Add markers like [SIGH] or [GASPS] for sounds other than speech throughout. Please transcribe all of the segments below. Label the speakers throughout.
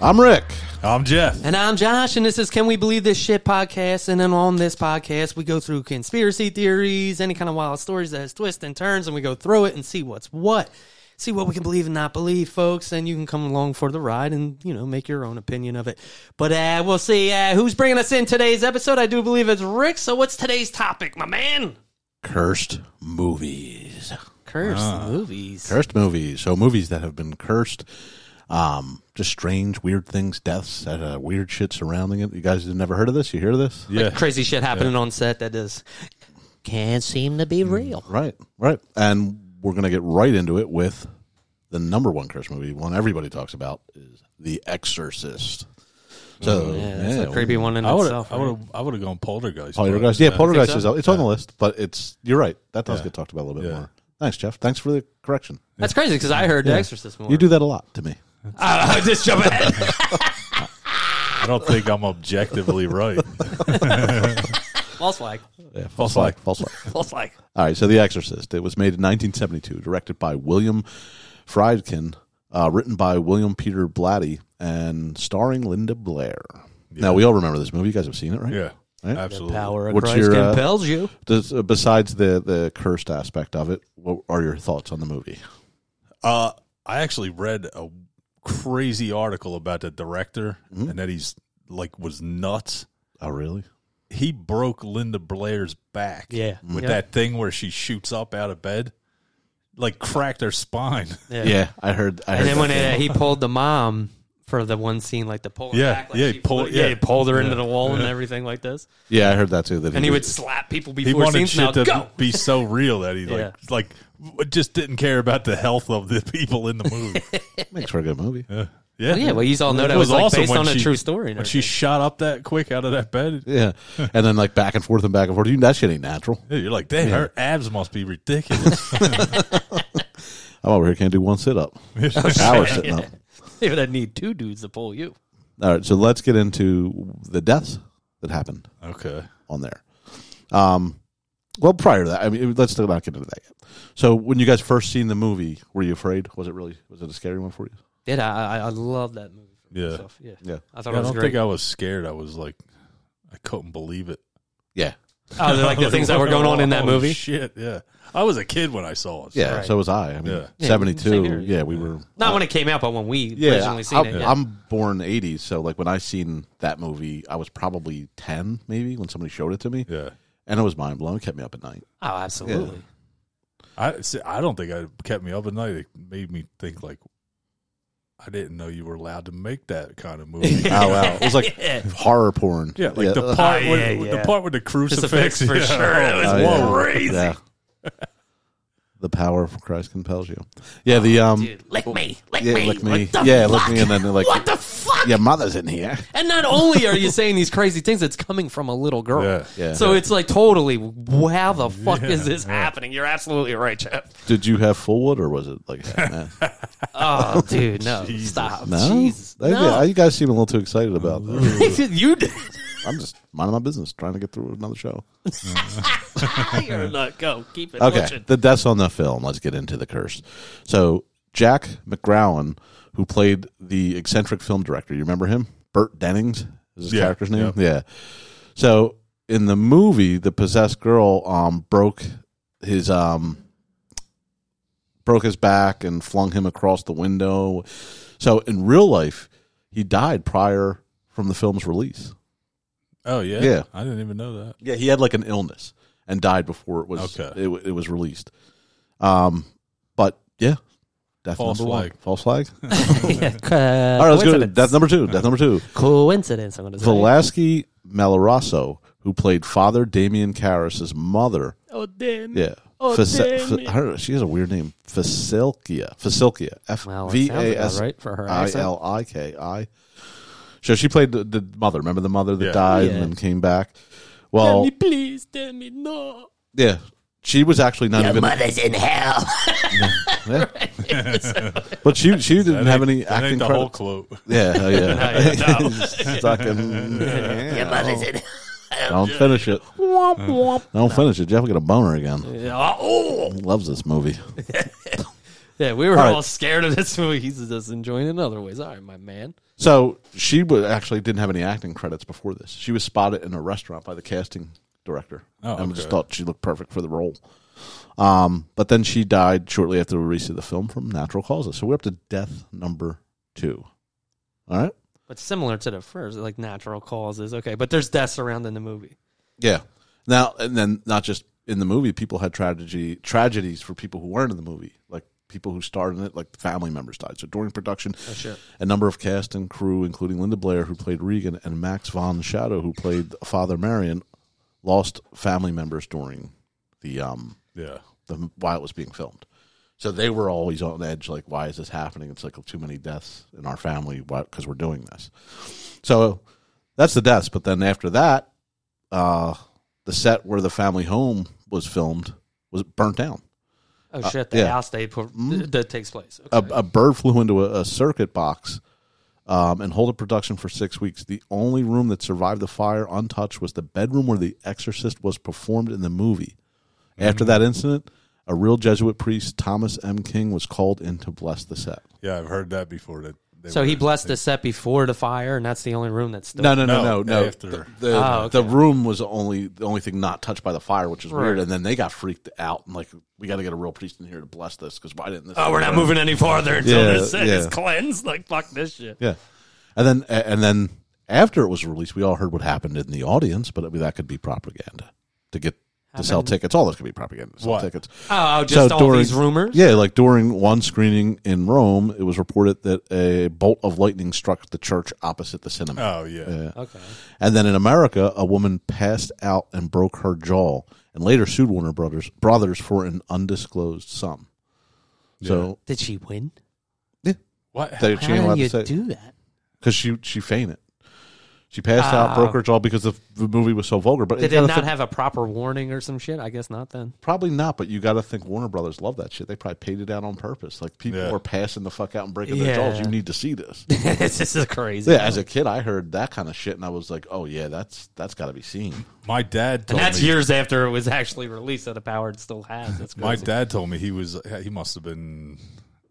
Speaker 1: I'm Rick.
Speaker 2: I'm Jeff.
Speaker 3: And I'm Josh, and this is Can We Believe This Shit podcast. And then on this podcast, we go through conspiracy theories, any kind of wild stories that has twists and turns, and we go through it and see what's what. See what we can believe and not believe, folks. And you can come along for the ride and, you know, make your own opinion of it. But uh, we'll see uh, who's bringing us in today's episode. I do believe it's Rick. So what's today's topic, my man?
Speaker 1: Cursed movies.
Speaker 3: Cursed movies.
Speaker 1: Cursed movies. So movies that have been cursed. Um, just strange, weird things, deaths, uh, weird shit surrounding it. You guys have never heard of this? You hear this?
Speaker 2: Yeah.
Speaker 3: Crazy shit happening on set that is. Can't seem to be real.
Speaker 1: Right, right. And we're gonna get right into it with the number one cursed movie, one everybody talks about is The Exorcist. So
Speaker 3: Mm, Yeah, that's
Speaker 1: yeah,
Speaker 3: a creepy one in
Speaker 2: I would
Speaker 3: itself.
Speaker 2: have I
Speaker 3: right?
Speaker 2: would have I would have gone poltergeist.
Speaker 1: Poltergeist.
Speaker 2: but,
Speaker 1: Yeah,
Speaker 2: uh,
Speaker 1: Poltergeist
Speaker 3: so?
Speaker 1: is out. It's on the list, but it's you're right. That does get talked about a little bit
Speaker 2: Yeah.
Speaker 1: more. Thanks, Jeff. Thanks for the correction.
Speaker 3: That's crazy because I heard The Exorcist more.
Speaker 1: You do that a lot to me.
Speaker 3: I, I just jump ahead.
Speaker 2: I don't think I'm
Speaker 3: [LAUGHS]
Speaker 2: objectively right.
Speaker 3: False flag.
Speaker 1: Yeah,
Speaker 2: false flag.
Speaker 1: False flag.
Speaker 3: False flag.
Speaker 1: All right, so The Exorcist. It was made in 1972, directed by William Friedkin, uh, written by William Peter Blatty, and starring Linda Blair. Now we all remember this movie. You guys have seen it, right?
Speaker 2: Yeah,
Speaker 1: Right?
Speaker 2: absolutely.
Speaker 3: Power of
Speaker 1: What's
Speaker 3: Christ
Speaker 1: your, uh,
Speaker 3: compels you.
Speaker 1: Does, uh, besides the the cursed aspect of it, what are your thoughts on the movie?
Speaker 2: Uh, I actually read a crazy article about the director and that he's like was nuts.
Speaker 1: Oh, really?
Speaker 2: He broke Linda Blair's back.
Speaker 3: Yeah.
Speaker 2: with
Speaker 3: Yeah.
Speaker 2: that thing where she shoots up out of bed, like cracked her spine.
Speaker 3: [LAUGHS] Yeah.
Speaker 1: I heard. I heard
Speaker 3: And then
Speaker 1: that
Speaker 3: when
Speaker 1: too.
Speaker 3: uh, he pulled the mom for the one scene, like the pull her
Speaker 2: Yeah,
Speaker 3: back, like
Speaker 2: yeah,
Speaker 3: she
Speaker 2: he pulled-
Speaker 3: flew- yeah,
Speaker 2: yeah.
Speaker 3: he pulled her into the wall and everything like this,
Speaker 1: yeah, I heard that too. That
Speaker 3: and he would
Speaker 1: was-
Speaker 3: slap people
Speaker 2: He
Speaker 3: before
Speaker 2: wanted
Speaker 3: scenes. Now
Speaker 2: shit to
Speaker 3: go.
Speaker 2: be so real that he
Speaker 3: [LAUGHS] Yeah.
Speaker 2: like like w- just didn't care about the health of the people in the movie.
Speaker 1: makes for a good movie.
Speaker 2: yeah. Yeah.
Speaker 3: [LAUGHS] yeah, well, you all know
Speaker 2: It
Speaker 3: that was, like
Speaker 2: awesome
Speaker 3: based
Speaker 2: when
Speaker 3: on a
Speaker 2: she-
Speaker 3: true story. and
Speaker 2: When she
Speaker 3: everything.
Speaker 2: shot up that quick out of that bed,
Speaker 1: Yeah, and then like back and forth and back and forth. You, that shit ain't natural.
Speaker 2: yeah, you're like, damn, her abs must
Speaker 1: [LAUGHS]
Speaker 2: be ridiculous.
Speaker 1: I'm over here can't do one sit up.
Speaker 2: [LAUGHS]
Speaker 3: [LAUGHS]
Speaker 1: Hour sitting up.
Speaker 3: They would need two dudes to pull you.
Speaker 1: All right, so let's get into the deaths that happened
Speaker 2: okay.
Speaker 1: on there. Um, well, prior to that, I mean, let's not get into that yet. So, when you guys first seen the movie, were you afraid? Was it really was it a scary one for you?
Speaker 3: Did I? I, I love that movie. For
Speaker 2: Yeah.
Speaker 3: myself. yeah,
Speaker 1: Yeah,
Speaker 3: I thought
Speaker 2: I
Speaker 3: it was
Speaker 2: don't
Speaker 3: great.
Speaker 2: think I was scared. I was like, I couldn't believe it.
Speaker 1: yeah,
Speaker 3: oh,
Speaker 1: [LAUGHS]
Speaker 2: [LAUGHS]
Speaker 3: they're like the things that were going on in that
Speaker 2: Oh,
Speaker 3: movie.
Speaker 2: Shit, yeah. I was a kid when I saw it. so-
Speaker 1: yeah.
Speaker 3: Right.
Speaker 1: So was I. I mean,
Speaker 2: Yeah.
Speaker 3: Yeah,
Speaker 1: seventy two.
Speaker 3: same here.
Speaker 1: Yeah, we were.
Speaker 3: Not when it came out, but when we
Speaker 1: Yeah,
Speaker 3: originally
Speaker 1: I,
Speaker 3: seen it. yeah.
Speaker 1: am born '80s, so like when I seen that movie, I was probably ten, maybe when somebody showed it to me,
Speaker 2: Yeah.
Speaker 1: and it was mind blowing. It kept me up at night.
Speaker 3: Oh, absolutely.
Speaker 2: I see, I don't think I kept me up at night. It made me think like I didn't know you were allowed to make that kind of
Speaker 1: [LAUGHS]
Speaker 2: movie.
Speaker 1: Oh wow, it was
Speaker 3: [LAUGHS]
Speaker 1: like horror porn.
Speaker 2: yeah, like
Speaker 1: [LAUGHS]
Speaker 2: the
Speaker 1: uh,
Speaker 2: part
Speaker 3: Oh,
Speaker 2: with,
Speaker 3: yeah,
Speaker 2: with
Speaker 3: yeah.
Speaker 2: the part with the crucifix
Speaker 3: Crucifix for
Speaker 2: yeah.
Speaker 3: sure. That was
Speaker 1: Oh, yeah.
Speaker 3: crazy.
Speaker 1: Yeah. the power of Christ compels you. Yeah, the um,
Speaker 3: Dude, lick me, lick
Speaker 1: yeah,
Speaker 3: me,
Speaker 1: lick me,
Speaker 3: What the
Speaker 1: yeah,
Speaker 3: fuck?
Speaker 1: lick me, and then they're like,
Speaker 3: What the fuck?
Speaker 1: your mother's in here.
Speaker 3: And not only are you saying these crazy things, it's coming from a little girl.
Speaker 2: Yeah.
Speaker 1: Yeah.
Speaker 3: So it's like totally, wow, the fuck is this happening? You're absolutely right, Jeff.
Speaker 1: Did you have full wood or was it [LAUGHS] like half mass? [LAUGHS]
Speaker 3: Oh, dude, no, stop,
Speaker 1: no?
Speaker 3: Jesus,
Speaker 1: That- yeah,
Speaker 3: no.
Speaker 1: you guys seem a little too excited about that.
Speaker 3: [LAUGHS] you did.
Speaker 1: I'm just minding my business, trying to get through another show.
Speaker 3: You're not go. Keep it.
Speaker 1: Okay, [LAUGHS]
Speaker 3: pushing.
Speaker 1: the deaths on the film. Let's get into the curse. So Jack McGowan, who played the eccentric film director, you remember him? Burt Dennings is his
Speaker 2: Yeah,
Speaker 1: character's name. Yeah. So in the movie, the possessed girl um, broke his um, broke his back and flung him across the window. So in real life, he died prior from the film's release.
Speaker 2: Oh yeah,
Speaker 1: Yeah.
Speaker 2: I didn't even
Speaker 1: [LAUGHS]
Speaker 2: know that. [LAUGHS]
Speaker 1: Yeah, he had like an illness and died before it was
Speaker 2: Okay.
Speaker 1: it, w- it was released. Um, but yeah, death
Speaker 2: False
Speaker 1: number
Speaker 2: flag.
Speaker 1: one, false flag.
Speaker 3: Uh, [LAUGHS]
Speaker 1: All right, let's go to
Speaker 3: coincidence.
Speaker 1: death number two. Death number two.
Speaker 3: Coincidence. I'm gonna say.
Speaker 1: Velasky Malarasso, who played Father Damien Karras' mother.
Speaker 3: oh damn.
Speaker 1: Yeah.
Speaker 3: Oh,
Speaker 1: Fas-
Speaker 3: damn
Speaker 1: F- I don't know. She has a weird name. Fasilkia. Fasilkia. F
Speaker 3: Well,
Speaker 1: V
Speaker 3: it sounds
Speaker 1: A
Speaker 3: about
Speaker 1: S
Speaker 3: right for her
Speaker 1: I
Speaker 3: accent.
Speaker 1: L I K I. So she played the, the mother. Remember the mother that
Speaker 2: Yeah.
Speaker 1: died
Speaker 3: Yeah.
Speaker 1: and then came back?
Speaker 3: Tell
Speaker 1: Well,
Speaker 3: me, please tell me no.
Speaker 1: yeah. She was actually not even.
Speaker 3: mother's in hell. [LAUGHS]
Speaker 1: Yeah. [LAUGHS] but she she didn't have any
Speaker 2: That ain't
Speaker 1: acting
Speaker 2: the whole
Speaker 1: credits.
Speaker 2: quote.
Speaker 1: Yeah, hell
Speaker 2: [LAUGHS]
Speaker 1: yeah.
Speaker 3: yeah,
Speaker 1: [LAUGHS]
Speaker 3: no.
Speaker 1: Stuck in- yeah.
Speaker 3: in
Speaker 1: Don't finish it.
Speaker 3: womp womp.
Speaker 1: Don't finish it. Jeff will get a boner again.
Speaker 3: Yeah, oh.
Speaker 1: He loves this movie.
Speaker 3: Yeah, we were
Speaker 1: All
Speaker 3: all,
Speaker 1: right.
Speaker 3: [LAUGHS] scared of this movie. He's just enjoying it in other ways. All right, my man.
Speaker 1: So she wa actually didn't have any acting credits before this. She was spotted in a restaurant by the casting director.
Speaker 2: Oh,
Speaker 1: and just
Speaker 2: okay.
Speaker 1: thought she looked perfect for the role. Um, but then she died shortly after the release of the film from natural causes. So we're up to death number two. All right.
Speaker 3: But similar to the first, like natural causes. Okay, but there's deaths around in the movie.
Speaker 1: Yeah. Now and then, not just in the movie, people had tragedy tragedies for people who weren't in the movie, like people who starred in it, like family members died. So during production,
Speaker 3: Oh shit.
Speaker 1: a number of cast and crew, including Linda Blair, who played Regan, and Max von Shadow, who played Father Marion, lost family members during the um
Speaker 2: Yeah.
Speaker 1: the while it was being filmed. So they were always on edge, like, why is this happening? It's like too many deaths in our family because we're doing this. So that's the deaths. But then after that, uh, the set where the family home was filmed was burnt down.
Speaker 3: Oh shit. The
Speaker 1: Uh, yeah.
Speaker 3: house they put,
Speaker 1: Mm.
Speaker 3: that takes place.
Speaker 1: A,
Speaker 3: Okay.
Speaker 1: a bird flew into a, a circuit box um, and halted production for six weeks. The only room that survived the fire untouched was the bedroom where The Exorcist was performed in the movie. After that incident, a real Jesuit priest, Thomas M. King, was called in to bless the set.
Speaker 2: Yeah, I've heard that before. That they
Speaker 3: so
Speaker 2: were-
Speaker 3: he blessed the set before the fire, and that's the only room that's still.
Speaker 1: No, no, no, no,
Speaker 2: No,
Speaker 1: no.
Speaker 2: after.
Speaker 1: The, the,
Speaker 3: Oh, okay.
Speaker 1: the room was the only the only thing not touched by the fire, which is weird.
Speaker 3: Right.
Speaker 1: And then they got freaked out and like, we got to get a real priest in here to bless this because why didn't this?
Speaker 3: Oh, we're not moving any farther until
Speaker 1: Yeah,
Speaker 3: this set is
Speaker 1: yeah.
Speaker 3: cleansed. Like fuck this shit.
Speaker 1: Yeah, and then and then after it was released, we all heard what happened in the audience, but I mean, that could be propaganda to get to sell tickets. All this could be propaganda to sell
Speaker 2: What?
Speaker 1: tickets.
Speaker 3: Oh, just all
Speaker 1: during-
Speaker 3: these rumors.
Speaker 1: Yeah, like during one screening in Rome, it was reported that a bolt of lightning struck the church opposite the cinema.
Speaker 2: Oh yeah.
Speaker 1: Yeah.
Speaker 3: Okay.
Speaker 1: And then in America, a woman passed out and broke her jaw, and later sued Warner Brothers Brothers for an undisclosed sum. So
Speaker 3: Did she win?
Speaker 2: What?
Speaker 1: they, she ain't allowed to say
Speaker 3: that?
Speaker 1: because she she fainted. She passed out, broke her jaw because the, the movie was so vulgar. But
Speaker 3: Ah. Did it
Speaker 1: gotta
Speaker 3: not
Speaker 1: think-
Speaker 3: have a proper warning or some shit? I guess not. Then [LAUGHS]
Speaker 1: probably not. But you got to think Warner Brothers love that shit. They probably paid it out on purpose. Like people
Speaker 2: Yeah.
Speaker 1: were passing the fuck out and breaking
Speaker 3: Yeah.
Speaker 1: their jaws. You need to see this.
Speaker 3: this is crazy.
Speaker 1: yeah, as a kid, I heard that kind of shit, and I was like, oh yeah, that's that's got to be seen.
Speaker 2: My dad
Speaker 3: And
Speaker 2: told
Speaker 3: that's
Speaker 2: me.
Speaker 3: years after it was actually released, so the power it still has. That's
Speaker 2: my
Speaker 3: crazy.
Speaker 2: dad told me he was. He must have been,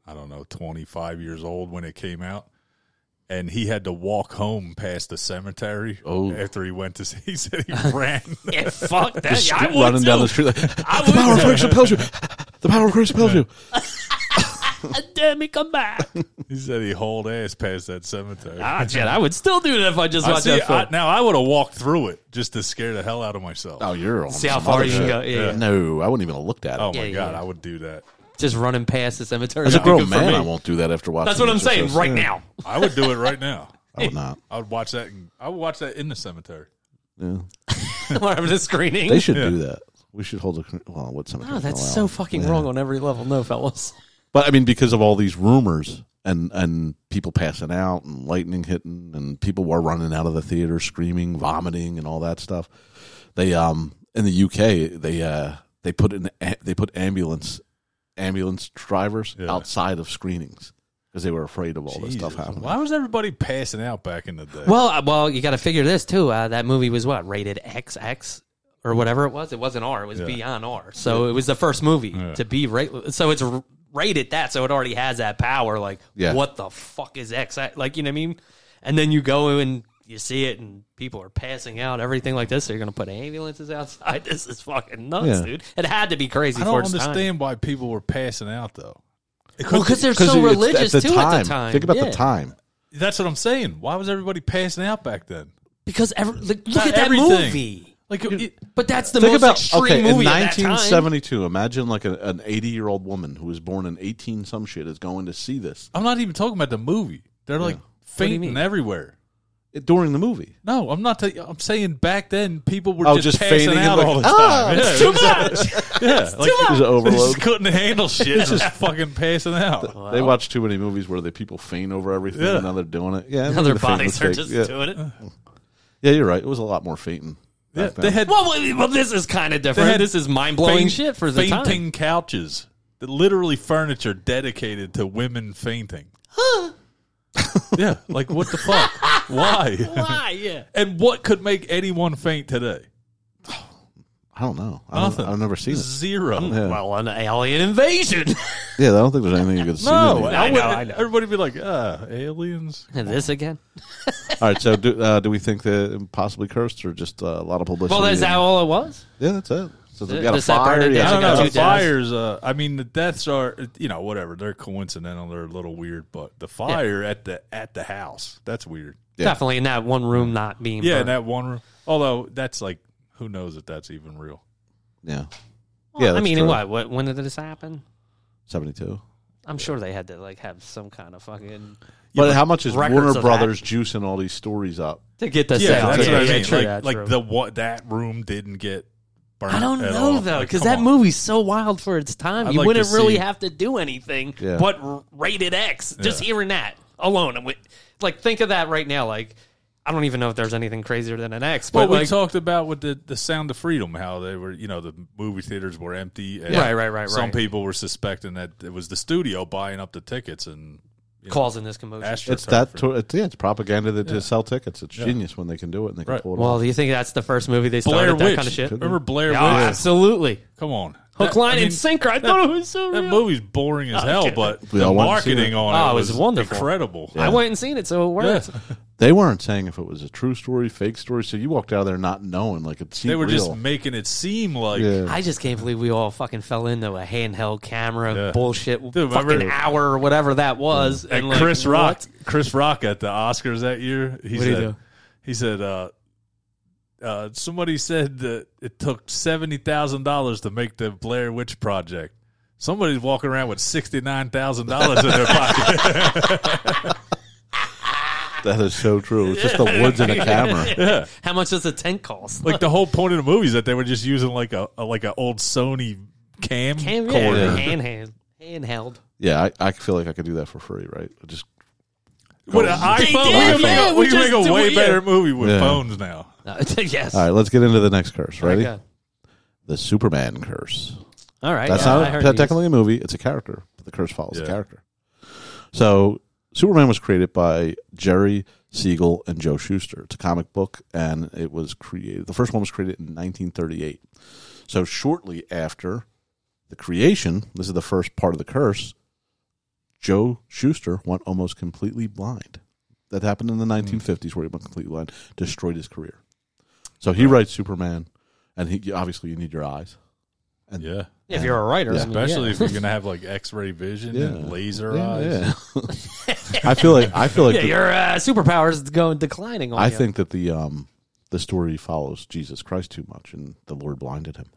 Speaker 2: I don't know, twenty five years old when it came out, and he had to walk home past the cemetery
Speaker 1: Oh.
Speaker 2: after he went to. [LAUGHS] see He said he ran. [LAUGHS]
Speaker 3: yeah, fuck that.
Speaker 1: Just
Speaker 3: Yeah, I would
Speaker 1: running
Speaker 3: too.
Speaker 1: down the street, like,
Speaker 3: would
Speaker 1: the power of Christ compels you. The power of Christ compels you.
Speaker 3: God damn it, come back.
Speaker 2: he said he hauled ass past that cemetery.
Speaker 3: [LAUGHS] ah, shit, I would still do that if I just
Speaker 2: I
Speaker 3: watched
Speaker 2: see,
Speaker 1: uh,
Speaker 3: that film.
Speaker 2: I, now I would have walked through it just to scare the hell out of myself.
Speaker 1: Oh, you're on
Speaker 3: See how
Speaker 1: some
Speaker 3: far
Speaker 1: other
Speaker 3: you can
Speaker 1: shit.
Speaker 3: go. Yeah, yeah.
Speaker 1: No, I wouldn't even have looked at it.
Speaker 2: Oh my
Speaker 3: Yeah,
Speaker 2: god,
Speaker 3: yeah.
Speaker 2: I would do that.
Speaker 3: Just running past the cemetery.
Speaker 1: As a
Speaker 3: would be
Speaker 1: grown
Speaker 3: good for
Speaker 1: man,
Speaker 3: me.
Speaker 1: I won't do that after watching.
Speaker 3: That's what I'm
Speaker 1: The
Speaker 3: saying
Speaker 1: Exorcist.
Speaker 3: right now.
Speaker 2: I would do it right now.
Speaker 1: I would not.
Speaker 2: I would watch that. In, I would watch that in the cemetery.
Speaker 1: Yeah.
Speaker 3: [LAUGHS] Whatever the screening.
Speaker 1: They should do that. We should hold a well. What some?
Speaker 3: Oh, that's so fucking wrong on every level. No, fellas.
Speaker 1: But I mean, because of all these rumors and and people passing out and lightning hitting and people were running out of the theater screaming, vomiting, and all that stuff. They um in the UK they uh they put an a- they put ambulance ambulance drivers
Speaker 2: Yeah.
Speaker 1: outside of screenings because they were afraid of all this stuff
Speaker 2: Jesus,
Speaker 1: happening.
Speaker 2: Why was everybody passing out back in the day?
Speaker 3: Well, uh, well, you got to figure this too. Uh, that movie was what rated XX or whatever it was. It wasn't R. It was
Speaker 2: Yeah.
Speaker 3: beyond R. So it was the first movie to be rated. So it's r- rated that. So it already has that power. Like,
Speaker 1: Yeah.
Speaker 3: what the fuck is XX? Like, you know what I mean? And then you go and you see it, and people are passing out, everything like this. So you're gonna put ambulances outside. [LAUGHS] This is fucking nuts,
Speaker 1: Yeah.
Speaker 3: dude. It had to be crazy.
Speaker 2: I
Speaker 3: for
Speaker 2: don't
Speaker 3: its
Speaker 2: understand
Speaker 3: Time.
Speaker 2: why people were passing out though.
Speaker 3: Well, because they're so
Speaker 1: it's-
Speaker 3: religious too at the time.
Speaker 1: Think about
Speaker 3: Yeah.
Speaker 1: the time.
Speaker 2: That's what I'm saying. Why was everybody passing out back then?
Speaker 3: Because every, like, look
Speaker 2: Not
Speaker 3: at that
Speaker 2: everything.
Speaker 3: movie.
Speaker 2: Like, it,
Speaker 3: But that's the
Speaker 1: Think
Speaker 3: most
Speaker 1: about
Speaker 3: extreme
Speaker 1: okay
Speaker 3: movie
Speaker 1: in
Speaker 3: of that [LAUGHS] time.
Speaker 1: 1972. Imagine like a, an 80 year old woman who was born in 18 some shit is going to see this
Speaker 2: I'm not even talking about the movie. They're like
Speaker 3: do you mean?
Speaker 2: fainting everywhere.
Speaker 1: during the movie.
Speaker 2: No, I'm not. i I'm saying back then people were
Speaker 1: Oh,
Speaker 2: just,
Speaker 1: just
Speaker 2: passing
Speaker 1: fainting and
Speaker 2: out
Speaker 1: like,
Speaker 2: all the time.
Speaker 1: "Ah,
Speaker 2: [LAUGHS] yeah,
Speaker 3: Too much.
Speaker 2: yeah, like,
Speaker 1: It was an
Speaker 2: they
Speaker 1: overload.
Speaker 2: just couldn't handle shit. just fucking passing
Speaker 1: [LAUGHS]
Speaker 2: out.
Speaker 1: They watch too many movies where the people feign over everything
Speaker 2: Yeah.
Speaker 1: and now they're doing it. Yeah,
Speaker 3: [LAUGHS] Now their
Speaker 1: the faint
Speaker 3: bodies are
Speaker 1: mistake.
Speaker 3: just
Speaker 1: yeah.
Speaker 3: doing it.
Speaker 1: Yeah, you're right. It was a lot more fainting.
Speaker 2: Yeah,
Speaker 1: back
Speaker 2: they
Speaker 1: then.
Speaker 2: had
Speaker 3: Well, well, well, this is kind of
Speaker 2: They
Speaker 3: different.
Speaker 2: had
Speaker 3: This is mind blowing
Speaker 2: faint-
Speaker 3: shit for the
Speaker 2: fainting
Speaker 3: time.
Speaker 2: couches. That literally furniture dedicated to women fainting. yeah, like what the fuck?
Speaker 3: [LAUGHS]
Speaker 2: Why?
Speaker 3: Why? Yeah.
Speaker 2: and what could make anyone faint today?
Speaker 1: I don't know. I don't,
Speaker 2: Nothing.
Speaker 1: I've never seen it.
Speaker 3: Mm-hmm.
Speaker 2: Zero.
Speaker 1: Yeah.
Speaker 3: Well, an alien invasion. [LAUGHS]
Speaker 1: Yeah, I don't think there's anything you could see. in
Speaker 2: No,
Speaker 1: here.
Speaker 2: I,
Speaker 3: know,
Speaker 2: wouldn't-
Speaker 3: I know.
Speaker 2: Everybody would be like, uh, aliens.
Speaker 3: This again?
Speaker 1: All right, so do, uh, do we think that possibly cursed or just uh, a lot of publicity?
Speaker 3: Well, is that all it was?
Speaker 1: Yeah, that's it. So they
Speaker 3: Uh,
Speaker 1: got a
Speaker 3: does that burn
Speaker 1: fire.
Speaker 3: it
Speaker 1: Yeah,
Speaker 2: I
Speaker 3: down?
Speaker 2: don't
Speaker 3: got
Speaker 2: know.
Speaker 3: two
Speaker 2: The
Speaker 3: deaths.
Speaker 2: fires. Uh, I mean, the deaths are, you know, whatever. They're coincidental. They're a little weird, but the fire at the at the house that's weird.
Speaker 1: Yeah.
Speaker 3: Definitely in that one room not being.
Speaker 2: Yeah, in
Speaker 3: burned.
Speaker 2: that one room. Although that's like, who knows if that's even real?
Speaker 1: yeah,
Speaker 3: Well,
Speaker 1: yeah,
Speaker 3: I
Speaker 1: that's
Speaker 3: mean,
Speaker 1: true.
Speaker 3: what? What? When did this happen?
Speaker 1: seventy-two.
Speaker 3: I'm sure they had to like have some kind of fucking
Speaker 1: But how much is
Speaker 3: records
Speaker 1: Warner
Speaker 3: of that.
Speaker 1: Brothers juicing all these stories up?
Speaker 3: to get this.
Speaker 2: Yeah,
Speaker 3: out.
Speaker 2: that's what I mean.
Speaker 3: true
Speaker 2: like,
Speaker 3: that,
Speaker 2: like
Speaker 3: true.
Speaker 2: the what that room didn't get burnt.
Speaker 3: I don't
Speaker 2: at
Speaker 3: know
Speaker 2: all.
Speaker 3: though,
Speaker 2: Like,
Speaker 3: because
Speaker 2: come
Speaker 3: that
Speaker 2: on.
Speaker 3: movie's so wild for its time.
Speaker 2: I'd
Speaker 3: you
Speaker 2: like to
Speaker 3: wouldn't really
Speaker 2: see-
Speaker 3: have to do anything
Speaker 1: Yeah.
Speaker 3: but r- rated X. Just hearing that alone, I'm wi- like think of that right now. Like I don't even know if there's anything crazier than an X,
Speaker 2: Well,
Speaker 3: but
Speaker 2: we
Speaker 3: like
Speaker 2: talked about with the, the Sound of Freedom, how they were, you know, the movie theaters were empty. And
Speaker 3: Right, right, right,
Speaker 2: Some
Speaker 3: right.
Speaker 2: people were suspecting that it was the studio buying up the tickets and
Speaker 3: causing this commotion.
Speaker 2: astroturf.
Speaker 1: It's that. To, it's, yeah, it's propaganda that to sell tickets. It's genius when they can do it and they can
Speaker 2: Right.
Speaker 1: pull it
Speaker 3: well,
Speaker 1: off.
Speaker 3: do you think that's the first movie they started
Speaker 2: Blair
Speaker 3: that
Speaker 2: Witch.
Speaker 3: kind of shit?
Speaker 2: Remember Blair
Speaker 3: Oh,
Speaker 2: Witch?
Speaker 3: absolutely.
Speaker 2: Come on,
Speaker 3: Hook,
Speaker 2: That-
Speaker 3: line,
Speaker 2: I mean,
Speaker 3: and sinker. I thought it was so
Speaker 2: That
Speaker 3: real.
Speaker 2: movie's boring as hell, but
Speaker 1: We
Speaker 2: the
Speaker 1: all want to see
Speaker 2: marketing
Speaker 1: it.
Speaker 2: on
Speaker 3: Oh,
Speaker 2: it
Speaker 3: it
Speaker 2: was,
Speaker 3: was wonderful.
Speaker 2: incredible.
Speaker 3: I went and seen it, so it
Speaker 2: Yeah.
Speaker 3: works.
Speaker 1: They weren't saying if it was a true story, fake story. So you walked out of there not knowing, like it seemed
Speaker 2: They were
Speaker 1: real.
Speaker 2: just making it seem like
Speaker 1: yeah.
Speaker 3: I just can't believe we all fucking fell into a handheld camera
Speaker 2: Yeah.
Speaker 3: bullshit
Speaker 2: remember-
Speaker 3: fucking hour or whatever that was.
Speaker 2: And
Speaker 3: like,
Speaker 2: Chris Rock,
Speaker 3: what?
Speaker 2: Chris Rock at the Oscars that year. He
Speaker 3: What'd he
Speaker 2: said,
Speaker 3: do?
Speaker 2: he said, uh, uh, somebody said that it took seventy thousand dollars to make the Blair Witch Project. Somebody's walking around with sixty nine thousand dollars in their
Speaker 3: [LAUGHS]
Speaker 2: pocket.
Speaker 1: that is so true. It's
Speaker 2: [LAUGHS]
Speaker 1: just the woods and a camera.
Speaker 3: How much does a tent cost?
Speaker 2: like the whole point of the movie is that they were just using like a, a like an old Sony cam.
Speaker 3: Hand,
Speaker 2: cord.
Speaker 3: yeah, handheld. Handheld.
Speaker 1: Yeah, I, I feel like I could do that for free, right? Just
Speaker 2: With an iPhone, we
Speaker 3: did,
Speaker 2: can make
Speaker 3: yeah,
Speaker 2: a,
Speaker 3: we
Speaker 2: we can
Speaker 3: just
Speaker 2: make
Speaker 3: do
Speaker 2: a way
Speaker 3: it, yeah.
Speaker 2: better movie with
Speaker 1: Yeah.
Speaker 2: phones now.
Speaker 3: Uh, [LAUGHS] yes.
Speaker 1: all right. Let's get into the next curse. Ready?
Speaker 3: Okay.
Speaker 1: The Superman curse.
Speaker 3: All right.
Speaker 1: That's
Speaker 3: yeah, I
Speaker 1: not
Speaker 3: heard
Speaker 1: that's
Speaker 3: these.
Speaker 1: technically a movie. It's a character. But the curse follows the
Speaker 2: Yeah.
Speaker 1: character. So Superman was created by Jerry Siegel and Joe Shuster. It's a comic book, and it was created. The first one was created in 1938. So shortly after the creation, this is the first part of the curse. Joe Shuster went almost completely blind. That happened in the 1950s, where he went completely blind, destroyed his career. So he writes Superman, and he obviously you need your eyes. And
Speaker 2: Yeah,
Speaker 3: If you're a writer,
Speaker 1: Yeah.
Speaker 3: I mean, yeah.
Speaker 2: especially
Speaker 3: [LAUGHS]
Speaker 2: if you're gonna have like X-ray vision
Speaker 1: Yeah.
Speaker 2: and laser
Speaker 1: Yeah,
Speaker 2: eyes.
Speaker 1: yeah. [LAUGHS] I feel like I feel like
Speaker 3: Yeah,
Speaker 1: the-
Speaker 3: your uh, superpowers going declining. On
Speaker 1: I
Speaker 3: you.
Speaker 1: think that the um the story follows Jesus Christ too much, and the Lord blinded him.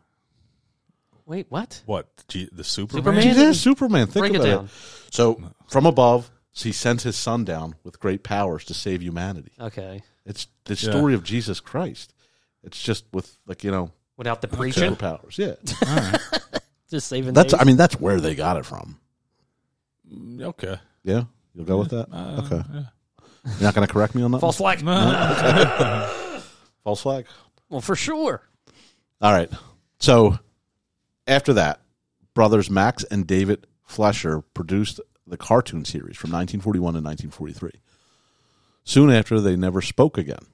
Speaker 3: Wait, what?
Speaker 2: What G- the Superman?
Speaker 3: Superman?
Speaker 1: Jesus, is Superman. Think
Speaker 3: Break it
Speaker 1: about it,
Speaker 3: down.
Speaker 1: So from above, he sends his son down with great powers to save humanity.
Speaker 3: Okay.
Speaker 1: It's the
Speaker 2: Yeah.
Speaker 1: story of Jesus Christ. It's just with like you know
Speaker 3: Without the preaching,
Speaker 1: superpowers.
Speaker 3: [LAUGHS]
Speaker 1: Yeah,
Speaker 3: just
Speaker 1: [LAUGHS]
Speaker 3: saving.
Speaker 1: that's.
Speaker 3: days.
Speaker 1: I mean, that's where they got it from.
Speaker 2: Okay.
Speaker 1: Yeah, Uh, you'll go with that. okay, you're not going to correct me on that.
Speaker 2: [LAUGHS]
Speaker 3: false flag.
Speaker 1: one? false flag.
Speaker 3: Well, for sure.
Speaker 1: All right. So after that, brothers Max and David Flesher produced the cartoon series from 1941 to 1943. Soon after, they never spoke again.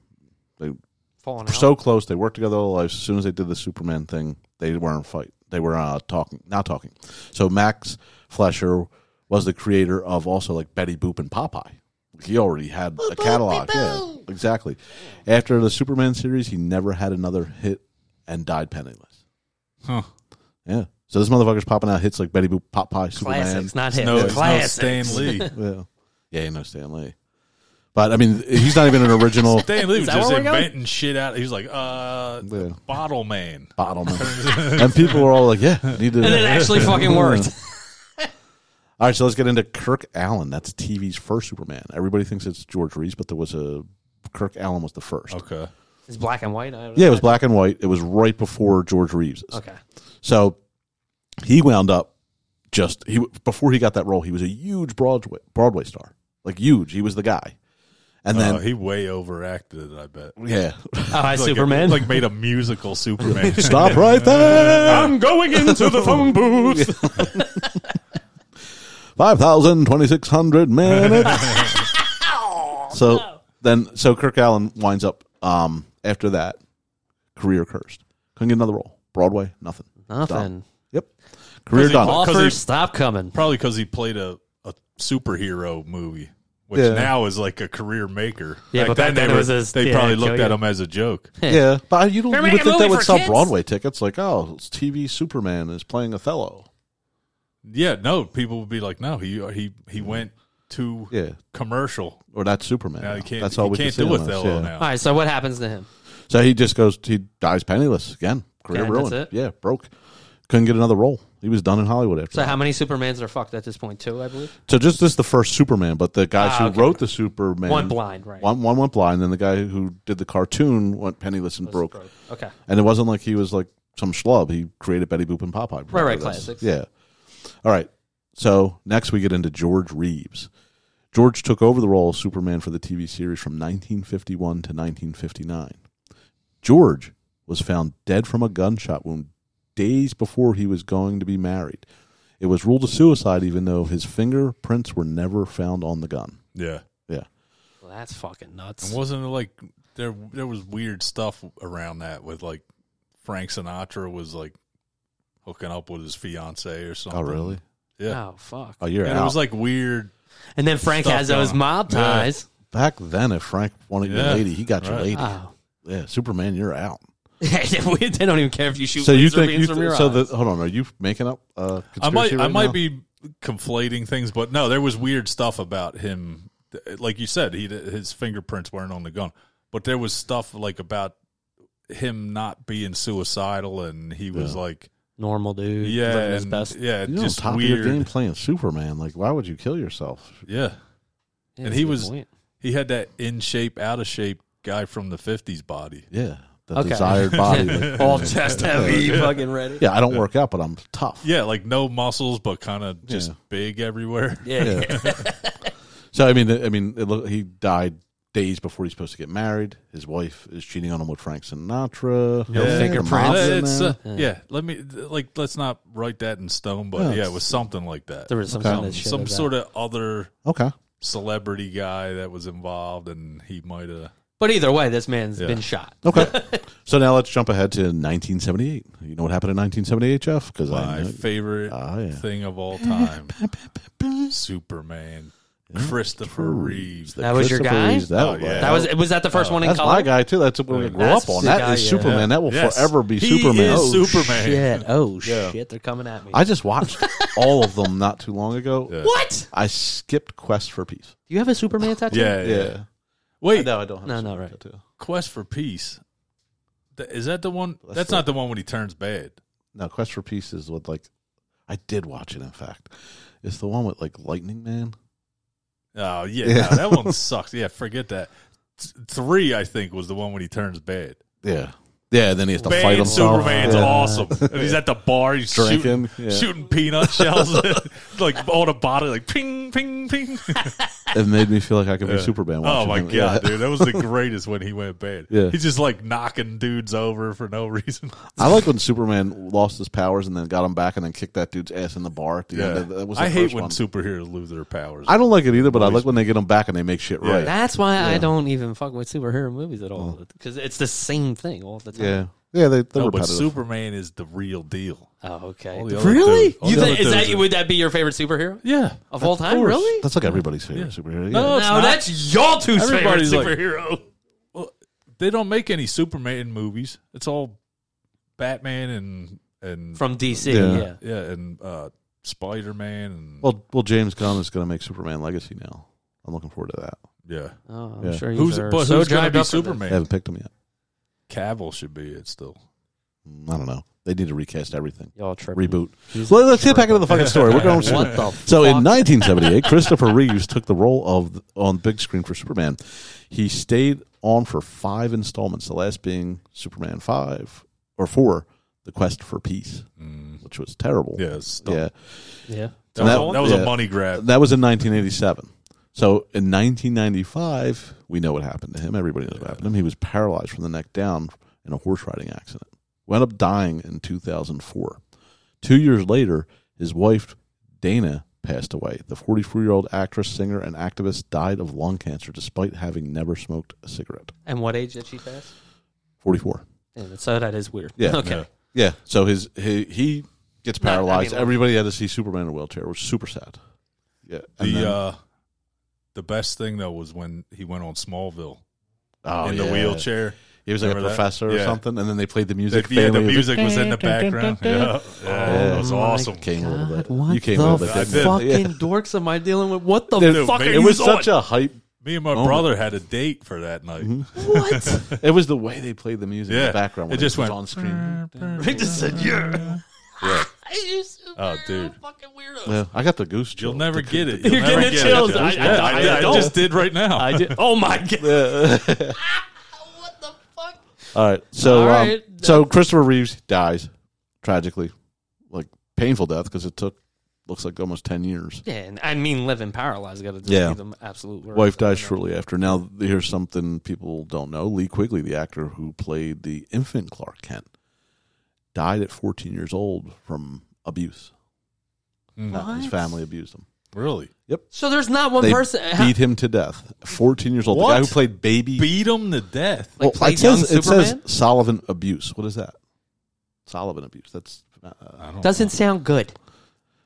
Speaker 1: They were
Speaker 3: Falling out.
Speaker 1: so close. They worked together all their lives. As soon as they did the Superman thing, they weren't in fight. They were uh, talking, not talking. So Max Flesher was the creator of also like Betty Boop and Popeye. He already had a catalog. Yeah, exactly. After the Superman series, he never had another hit and died penniless.
Speaker 2: Huh.
Speaker 1: Yeah. So this motherfucker's popping out hits like Betty Boop, Pop Pie, Superman.
Speaker 3: classics, not hits.
Speaker 2: No, it's no
Speaker 3: classics.
Speaker 2: Stan
Speaker 3: [LAUGHS]
Speaker 2: Lee.
Speaker 1: Yeah. Yeah, you know Stan Lee. But I mean, he's not even an original
Speaker 2: [LAUGHS] Stan Lee was
Speaker 3: that
Speaker 2: just
Speaker 3: where we're going?
Speaker 2: inventing shit out. He's like, uh,
Speaker 1: Yeah.
Speaker 2: Bottle Man.
Speaker 1: bottle man. and people were all like, "Yeah, need to."
Speaker 3: and it actually fucking worked.
Speaker 1: [LAUGHS] All right, so let's get into Kirk Allen. That's TV's first Superman. Everybody thinks it's George Reese, but there was a Kirk Allen was the first.
Speaker 2: Okay.
Speaker 3: It's black and white. I
Speaker 1: Yeah, it was black and white. It was right before George Reeves.
Speaker 3: Okay.
Speaker 1: So he wound up just he before he got that role, he was a huge Broadway Broadway star, like huge. He was the guy, and
Speaker 2: Then,
Speaker 1: then
Speaker 2: uh, he way overacted, I bet.
Speaker 1: yeah,
Speaker 3: Oh, hi,
Speaker 2: Like
Speaker 3: Superman.
Speaker 2: A, like made a musical
Speaker 3: [LAUGHS]
Speaker 2: Superman. [LAUGHS]
Speaker 1: stop right there.
Speaker 3: I'm going into the phone booth.
Speaker 1: [LAUGHS] 5,000, 2,600 minutes. so then, so Kirk Allen winds up um, after that career cursed. Couldn't get another role. Broadway, nothing.
Speaker 3: Nothing.
Speaker 1: Yep. Career
Speaker 2: Does he
Speaker 1: done.
Speaker 2: call- 'cause
Speaker 3: Offers
Speaker 2: he-
Speaker 3: stop coming.
Speaker 2: Probably because he played a, a superhero movie, which
Speaker 1: Yeah.
Speaker 2: now is like a career maker.
Speaker 3: Yeah,
Speaker 2: Back
Speaker 3: but back then it
Speaker 2: they, were-
Speaker 3: was as-
Speaker 2: they
Speaker 3: yeah,
Speaker 2: probably
Speaker 3: kill
Speaker 2: looked at
Speaker 3: you.
Speaker 2: him as a joke.
Speaker 3: [LAUGHS]
Speaker 1: Yeah, but you don't
Speaker 3: They're
Speaker 1: you
Speaker 3: making
Speaker 1: would
Speaker 3: a
Speaker 1: think that
Speaker 3: movie
Speaker 1: would
Speaker 3: for
Speaker 1: sell
Speaker 3: kids.
Speaker 1: Broadway tickets. Like, oh, it's TV Superman is playing Othello.
Speaker 2: Yeah, no, people would be like, no, he he he went too
Speaker 1: Yeah,
Speaker 2: commercial.
Speaker 1: or that's Superman.
Speaker 2: Now he can't.
Speaker 1: that's all
Speaker 2: he
Speaker 1: we
Speaker 2: can't
Speaker 1: can see
Speaker 2: do
Speaker 1: on
Speaker 2: with
Speaker 1: this,
Speaker 2: Othello
Speaker 1: yeah.
Speaker 2: now.
Speaker 3: All right, so what happens to him?
Speaker 1: So he just goes. He dies penniless again. Career
Speaker 3: Okay,
Speaker 1: ruined.
Speaker 3: that's it?
Speaker 1: Yeah, broke. Couldn't get another role. He was done in Hollywood after.
Speaker 3: So
Speaker 1: that.
Speaker 3: how many Supermans are fucked at this point? Two, I believe.
Speaker 1: So just this is the first Superman, but the guys
Speaker 3: Ah,
Speaker 1: who
Speaker 3: okay.
Speaker 1: wrote the Superman
Speaker 3: One blind, right?
Speaker 1: one one went blind, and the guy who did the cartoon went penniless and broke.
Speaker 3: Okay.
Speaker 1: And it wasn't like he was like some schlub. He created Betty Boop and Popeye.
Speaker 3: Right, right,
Speaker 1: That's-
Speaker 3: classics.
Speaker 1: Yeah. All right. So next we get into George Reeves. George took over the role of Superman for the TV series from 1951 to 1959. George was found dead from a gunshot wound days before he was going to be married. It was ruled a suicide, even though his fingerprints were never found on the gun.
Speaker 2: Yeah,
Speaker 1: Yeah.
Speaker 3: Well, that's fucking nuts.
Speaker 2: and wasn't it like there there was weird stuff around that with like Frank Sinatra was like hooking up with his fiance or something.
Speaker 1: Oh, really?
Speaker 2: Yeah,
Speaker 3: Oh fuck.
Speaker 1: Oh, you're
Speaker 2: and
Speaker 1: out.
Speaker 2: it was like weird.
Speaker 3: And then Frank
Speaker 2: Stuff
Speaker 3: has those
Speaker 2: going.
Speaker 3: mob
Speaker 2: Yeah.
Speaker 3: ties.
Speaker 1: Back then, if Frank wanted your
Speaker 2: [LAUGHS] Yeah.
Speaker 1: lady, he got your
Speaker 2: Right.
Speaker 1: lady.
Speaker 3: Oh. [LAUGHS]
Speaker 1: Yeah, Superman, you're out.
Speaker 3: they don't even care if you shoot.
Speaker 1: so you
Speaker 3: laser
Speaker 1: think
Speaker 3: beams
Speaker 1: you
Speaker 3: from
Speaker 1: th-
Speaker 3: your
Speaker 1: so
Speaker 3: eyes.
Speaker 1: the hold on are you making up uh conspiracy
Speaker 2: I might I
Speaker 1: right
Speaker 2: might
Speaker 1: now?
Speaker 2: be conflating things, but no, there was weird stuff about him. Like you said, he his fingerprints weren't on the gun, but there was stuff like about him not being suicidal, and he was
Speaker 1: Yeah.
Speaker 2: like,
Speaker 3: normal dude,
Speaker 2: yeah,
Speaker 3: living his
Speaker 2: and-
Speaker 3: best.
Speaker 2: yeah,
Speaker 1: you
Speaker 2: just
Speaker 1: top
Speaker 2: weird,
Speaker 1: of your game playing Superman like why would you kill yourself
Speaker 2: yeah.
Speaker 3: Yeah,
Speaker 2: and
Speaker 3: that's
Speaker 2: he
Speaker 3: a good
Speaker 2: was- [LAUGHS]
Speaker 3: point.
Speaker 2: He had that in shape, out of shape guy from the fifties body.
Speaker 1: yeah the
Speaker 3: Okay. [LAUGHS]
Speaker 1: desired body like,
Speaker 3: all chest heavy, fucking ready.
Speaker 1: yeah I don't work out but I'm tough
Speaker 2: Yeah, like no muscles, but kind of just
Speaker 1: Yeah.
Speaker 2: big everywhere.
Speaker 3: Yeah, yeah.
Speaker 1: [LAUGHS] so I mean I mean it look, he died days before he's supposed to get married his wife is cheating on him with Frank Sinatra
Speaker 2: [LAUGHS] Yeah.
Speaker 1: The
Speaker 3: fingerprints.
Speaker 1: mom's in
Speaker 2: It's,
Speaker 1: there.
Speaker 2: uh, yeah. Let me like let's not write that in stone, but
Speaker 1: No,
Speaker 2: yeah,
Speaker 1: it's-
Speaker 2: it was something like that.
Speaker 3: There was some
Speaker 1: Okay.
Speaker 3: kind of shit
Speaker 2: some
Speaker 3: about-
Speaker 2: sort of other
Speaker 1: okay
Speaker 2: celebrity guy that was involved, and he might have.
Speaker 3: But either way, this man's
Speaker 2: Yeah.
Speaker 3: been shot.
Speaker 2: [LAUGHS]
Speaker 1: okay so now let's jump ahead to 1978 you know what happened in 1978 Jeff because
Speaker 2: My
Speaker 1: I know- [LAUGHS]
Speaker 2: favorite
Speaker 1: Ah, yeah.
Speaker 2: thing of
Speaker 1: [LAUGHS]
Speaker 2: all time, Superman, Christopher Reeves.
Speaker 1: The
Speaker 3: That was your
Speaker 1: Christopher
Speaker 3: guy?
Speaker 1: Reeves, that
Speaker 2: Oh,
Speaker 1: was-
Speaker 2: yeah. Oh.
Speaker 3: That was was that the first one in
Speaker 1: That's
Speaker 3: color?
Speaker 1: my guy too. That's what we grew
Speaker 3: That's
Speaker 1: up on.
Speaker 3: the
Speaker 1: That is
Speaker 3: guy, yeah.
Speaker 1: Superman. That will
Speaker 2: Yes.
Speaker 1: forever be
Speaker 2: He
Speaker 1: Superman.
Speaker 2: is
Speaker 1: Oh,
Speaker 2: Superman.
Speaker 3: Shit! Oh
Speaker 2: Yeah.
Speaker 3: shit! They're coming at me.
Speaker 1: I just watched [LAUGHS] all of them not too long ago.
Speaker 2: Yeah.
Speaker 3: what?
Speaker 1: I skipped Quest for Peace.
Speaker 3: Do you have a Superman tattoo?
Speaker 2: Yeah, yeah.
Speaker 1: Yeah.
Speaker 2: Wait,
Speaker 1: No, I don't have
Speaker 3: No,
Speaker 1: a
Speaker 3: no,
Speaker 1: Superman
Speaker 3: right.
Speaker 1: tattoo.
Speaker 2: Quest for Peace. Th- Is that the one? That's,
Speaker 1: the-
Speaker 2: not the one when he turns bad.
Speaker 1: No, Quest for Peace is what like I did watch it in fact. It's the one with like Lightning Man.
Speaker 2: Oh yeah,
Speaker 1: Yeah.
Speaker 2: no, that
Speaker 1: [LAUGHS]
Speaker 2: one sucks. Yeah, forget that. Th- Three, I think, was the one when he turns bad.
Speaker 1: Yeah. Yeah, then he has to fight
Speaker 2: Bad
Speaker 1: himself.
Speaker 2: Superman's
Speaker 1: yeah. [LAUGHS]
Speaker 2: awesome. And he's at the bar, he's
Speaker 1: Drinking,
Speaker 2: shooting,
Speaker 1: yeah.
Speaker 2: shooting peanut shells, [LAUGHS] like on a bottle, like ping, ping, ping.
Speaker 1: It made me feel like I could be Superman
Speaker 2: Oh
Speaker 1: watching
Speaker 2: my
Speaker 1: him.
Speaker 2: god,
Speaker 1: Yeah.
Speaker 2: dude, that was the greatest when he went bad.
Speaker 1: Yeah.
Speaker 2: He's just like knocking dudes over for no [LAUGHS] reason.
Speaker 1: [LAUGHS] I like when Superman lost his powers and then got him back and then kicked that dude's ass in the bar at the
Speaker 2: Yeah,
Speaker 1: end. That was the
Speaker 2: I hate
Speaker 1: first
Speaker 2: when
Speaker 1: one.
Speaker 2: superheroes lose their powers.
Speaker 1: I don't like it either, but I like when they get them back and they make shit
Speaker 2: Yeah. Oh.
Speaker 1: right.
Speaker 3: That's why I don't even fuck with superhero movies at all because it's the same thing all the time.
Speaker 1: Yeah, yeah, they, they're
Speaker 2: no, but
Speaker 1: repetitive.
Speaker 2: Superman is the real deal.
Speaker 3: Oh, okay.
Speaker 2: All the other dudes- all
Speaker 3: You
Speaker 2: the
Speaker 3: think
Speaker 2: other
Speaker 3: is that
Speaker 2: dudes are-
Speaker 3: would that be your favorite superhero
Speaker 2: Yeah,
Speaker 3: of all time?
Speaker 1: course.
Speaker 3: Really?
Speaker 1: That's like everybody's favorite superhero. Yeah.
Speaker 2: No, it's
Speaker 3: No,
Speaker 2: not.
Speaker 3: that's y'all two's favorite
Speaker 2: Everybody's like-
Speaker 3: superhero.
Speaker 2: they don't make any Superman movies. It's all Batman and and
Speaker 3: from DC.
Speaker 1: Yeah.
Speaker 3: Yeah.
Speaker 2: yeah and uh, Spider Man and
Speaker 1: Well, well, James Gunn is going to make Superman Legacy now. I'm looking forward to that.
Speaker 2: yeah.
Speaker 3: Oh, I'm
Speaker 1: Yeah.
Speaker 3: sure you
Speaker 2: Who's
Speaker 3: are
Speaker 2: but
Speaker 3: so
Speaker 2: who's gonna
Speaker 3: jived
Speaker 2: be
Speaker 3: up for this.
Speaker 1: I
Speaker 2: Superman?
Speaker 1: haven't picked him yet.
Speaker 2: Cavill should be it still.
Speaker 1: Mm, I don't know. They need to recast everything.
Speaker 3: Y'all tripping.
Speaker 1: Reboot. Let, us get back into the fucking story. We're going.
Speaker 3: What the
Speaker 1: So in
Speaker 3: fuck?
Speaker 1: 1978, Christopher Reeves took the role of on big screen for Superman. He stayed on for five installments, the last being Superman five or four, The Quest for Peace, which was terrible.
Speaker 2: Mm. Yeah, it's still-
Speaker 1: yeah.
Speaker 3: Yeah.
Speaker 2: That, was-
Speaker 1: That-
Speaker 2: that was
Speaker 1: yeah.
Speaker 2: a money grab.
Speaker 1: That was in 1987. So in 1995, we know what happened to him. Everybody knows what happened to him. He was paralyzed from the neck down in a horse riding accident. Wound up dying in 2004. Two years later, his wife Dana passed away. The 44 year old actress, singer, and activist died of lung cancer despite having never smoked a cigarette.
Speaker 3: And what age did she pass?
Speaker 1: 44.
Speaker 3: Yeah, so that is weird.
Speaker 1: Yeah.
Speaker 3: Okay.
Speaker 1: Yeah. So his he, he gets
Speaker 3: No, I mean,
Speaker 1: paralyzed.
Speaker 3: like-
Speaker 1: Everybody had to see Superman in a wheelchair, which is super sad. Yeah.
Speaker 2: The
Speaker 1: and then-
Speaker 2: uh, the best thing though was when he went on Smallville
Speaker 1: oh,
Speaker 2: in
Speaker 1: yeah.
Speaker 2: the wheelchair.
Speaker 1: He was like
Speaker 2: Remember
Speaker 1: a
Speaker 2: that?
Speaker 1: professor or
Speaker 2: Yeah.
Speaker 1: something, and then they played the
Speaker 2: The,
Speaker 1: music.
Speaker 2: yeah, the
Speaker 1: Family
Speaker 2: music was in the background. Yeah, yeah,
Speaker 1: Yeah.
Speaker 2: that was
Speaker 3: Oh my
Speaker 2: awesome.
Speaker 1: Came a little bit.
Speaker 3: What
Speaker 1: you came a
Speaker 3: the
Speaker 1: little bit. didn't you?
Speaker 3: fucking [LAUGHS]
Speaker 1: Yeah.
Speaker 3: dorks am I dealing with? What the
Speaker 1: Dude,
Speaker 3: fuck are
Speaker 1: It
Speaker 3: you
Speaker 1: was
Speaker 3: doing?
Speaker 1: such a hype.
Speaker 2: Me and my
Speaker 1: Moment.
Speaker 2: brother had a date for that night.
Speaker 1: Mm-hmm.
Speaker 3: what?
Speaker 1: [LAUGHS] It was the way they played the music in
Speaker 2: Yeah.
Speaker 1: the background.
Speaker 2: It
Speaker 1: when
Speaker 2: just
Speaker 1: was
Speaker 2: went-
Speaker 1: on screen.
Speaker 3: [LAUGHS] I just said yeah.
Speaker 2: Yeah.
Speaker 3: you super
Speaker 2: Oh, dude.
Speaker 3: fucking weirdo.
Speaker 1: Yeah, I got the goose.
Speaker 2: You'll
Speaker 1: chill.
Speaker 2: never get it.
Speaker 3: [LAUGHS] You're
Speaker 2: You'll never
Speaker 3: getting
Speaker 2: get
Speaker 3: the chills.
Speaker 2: It.
Speaker 3: I- I-
Speaker 2: Yeah,
Speaker 3: I
Speaker 2: I, I
Speaker 3: don't.
Speaker 2: just did right now.
Speaker 3: [LAUGHS] I did. Oh my god.
Speaker 1: [LAUGHS] Yeah.
Speaker 3: what the fuck?
Speaker 1: All right. So,
Speaker 3: All
Speaker 1: um,
Speaker 3: right.
Speaker 1: so Christopher Reeves dies tragically, like painful death because it took looks like almost ten years.
Speaker 3: Yeah, and I mean, living paralyzed got to just
Speaker 1: Yeah.
Speaker 3: be the absolute worst.
Speaker 1: Wife dies
Speaker 3: short.
Speaker 1: shortly after. Now here's something people don't know: Lee Quigley, the actor who played the infant Clark Kent, died at 14 years old from abuse.
Speaker 2: Mm.
Speaker 1: Uh, His
Speaker 3: What?
Speaker 1: family abused him.
Speaker 2: Really?
Speaker 3: So there's not one
Speaker 1: they
Speaker 3: person. how-
Speaker 1: beat him to death. 14 years old. The guy
Speaker 2: What?
Speaker 1: who played baby.
Speaker 2: Beat him to death.
Speaker 3: like, played
Speaker 1: it says,
Speaker 3: young
Speaker 1: it says
Speaker 3: Superman?
Speaker 1: Sullivan abuse. What is that? Sullivan abuse. That's. Uh,
Speaker 2: I don't
Speaker 3: doesn't sound good.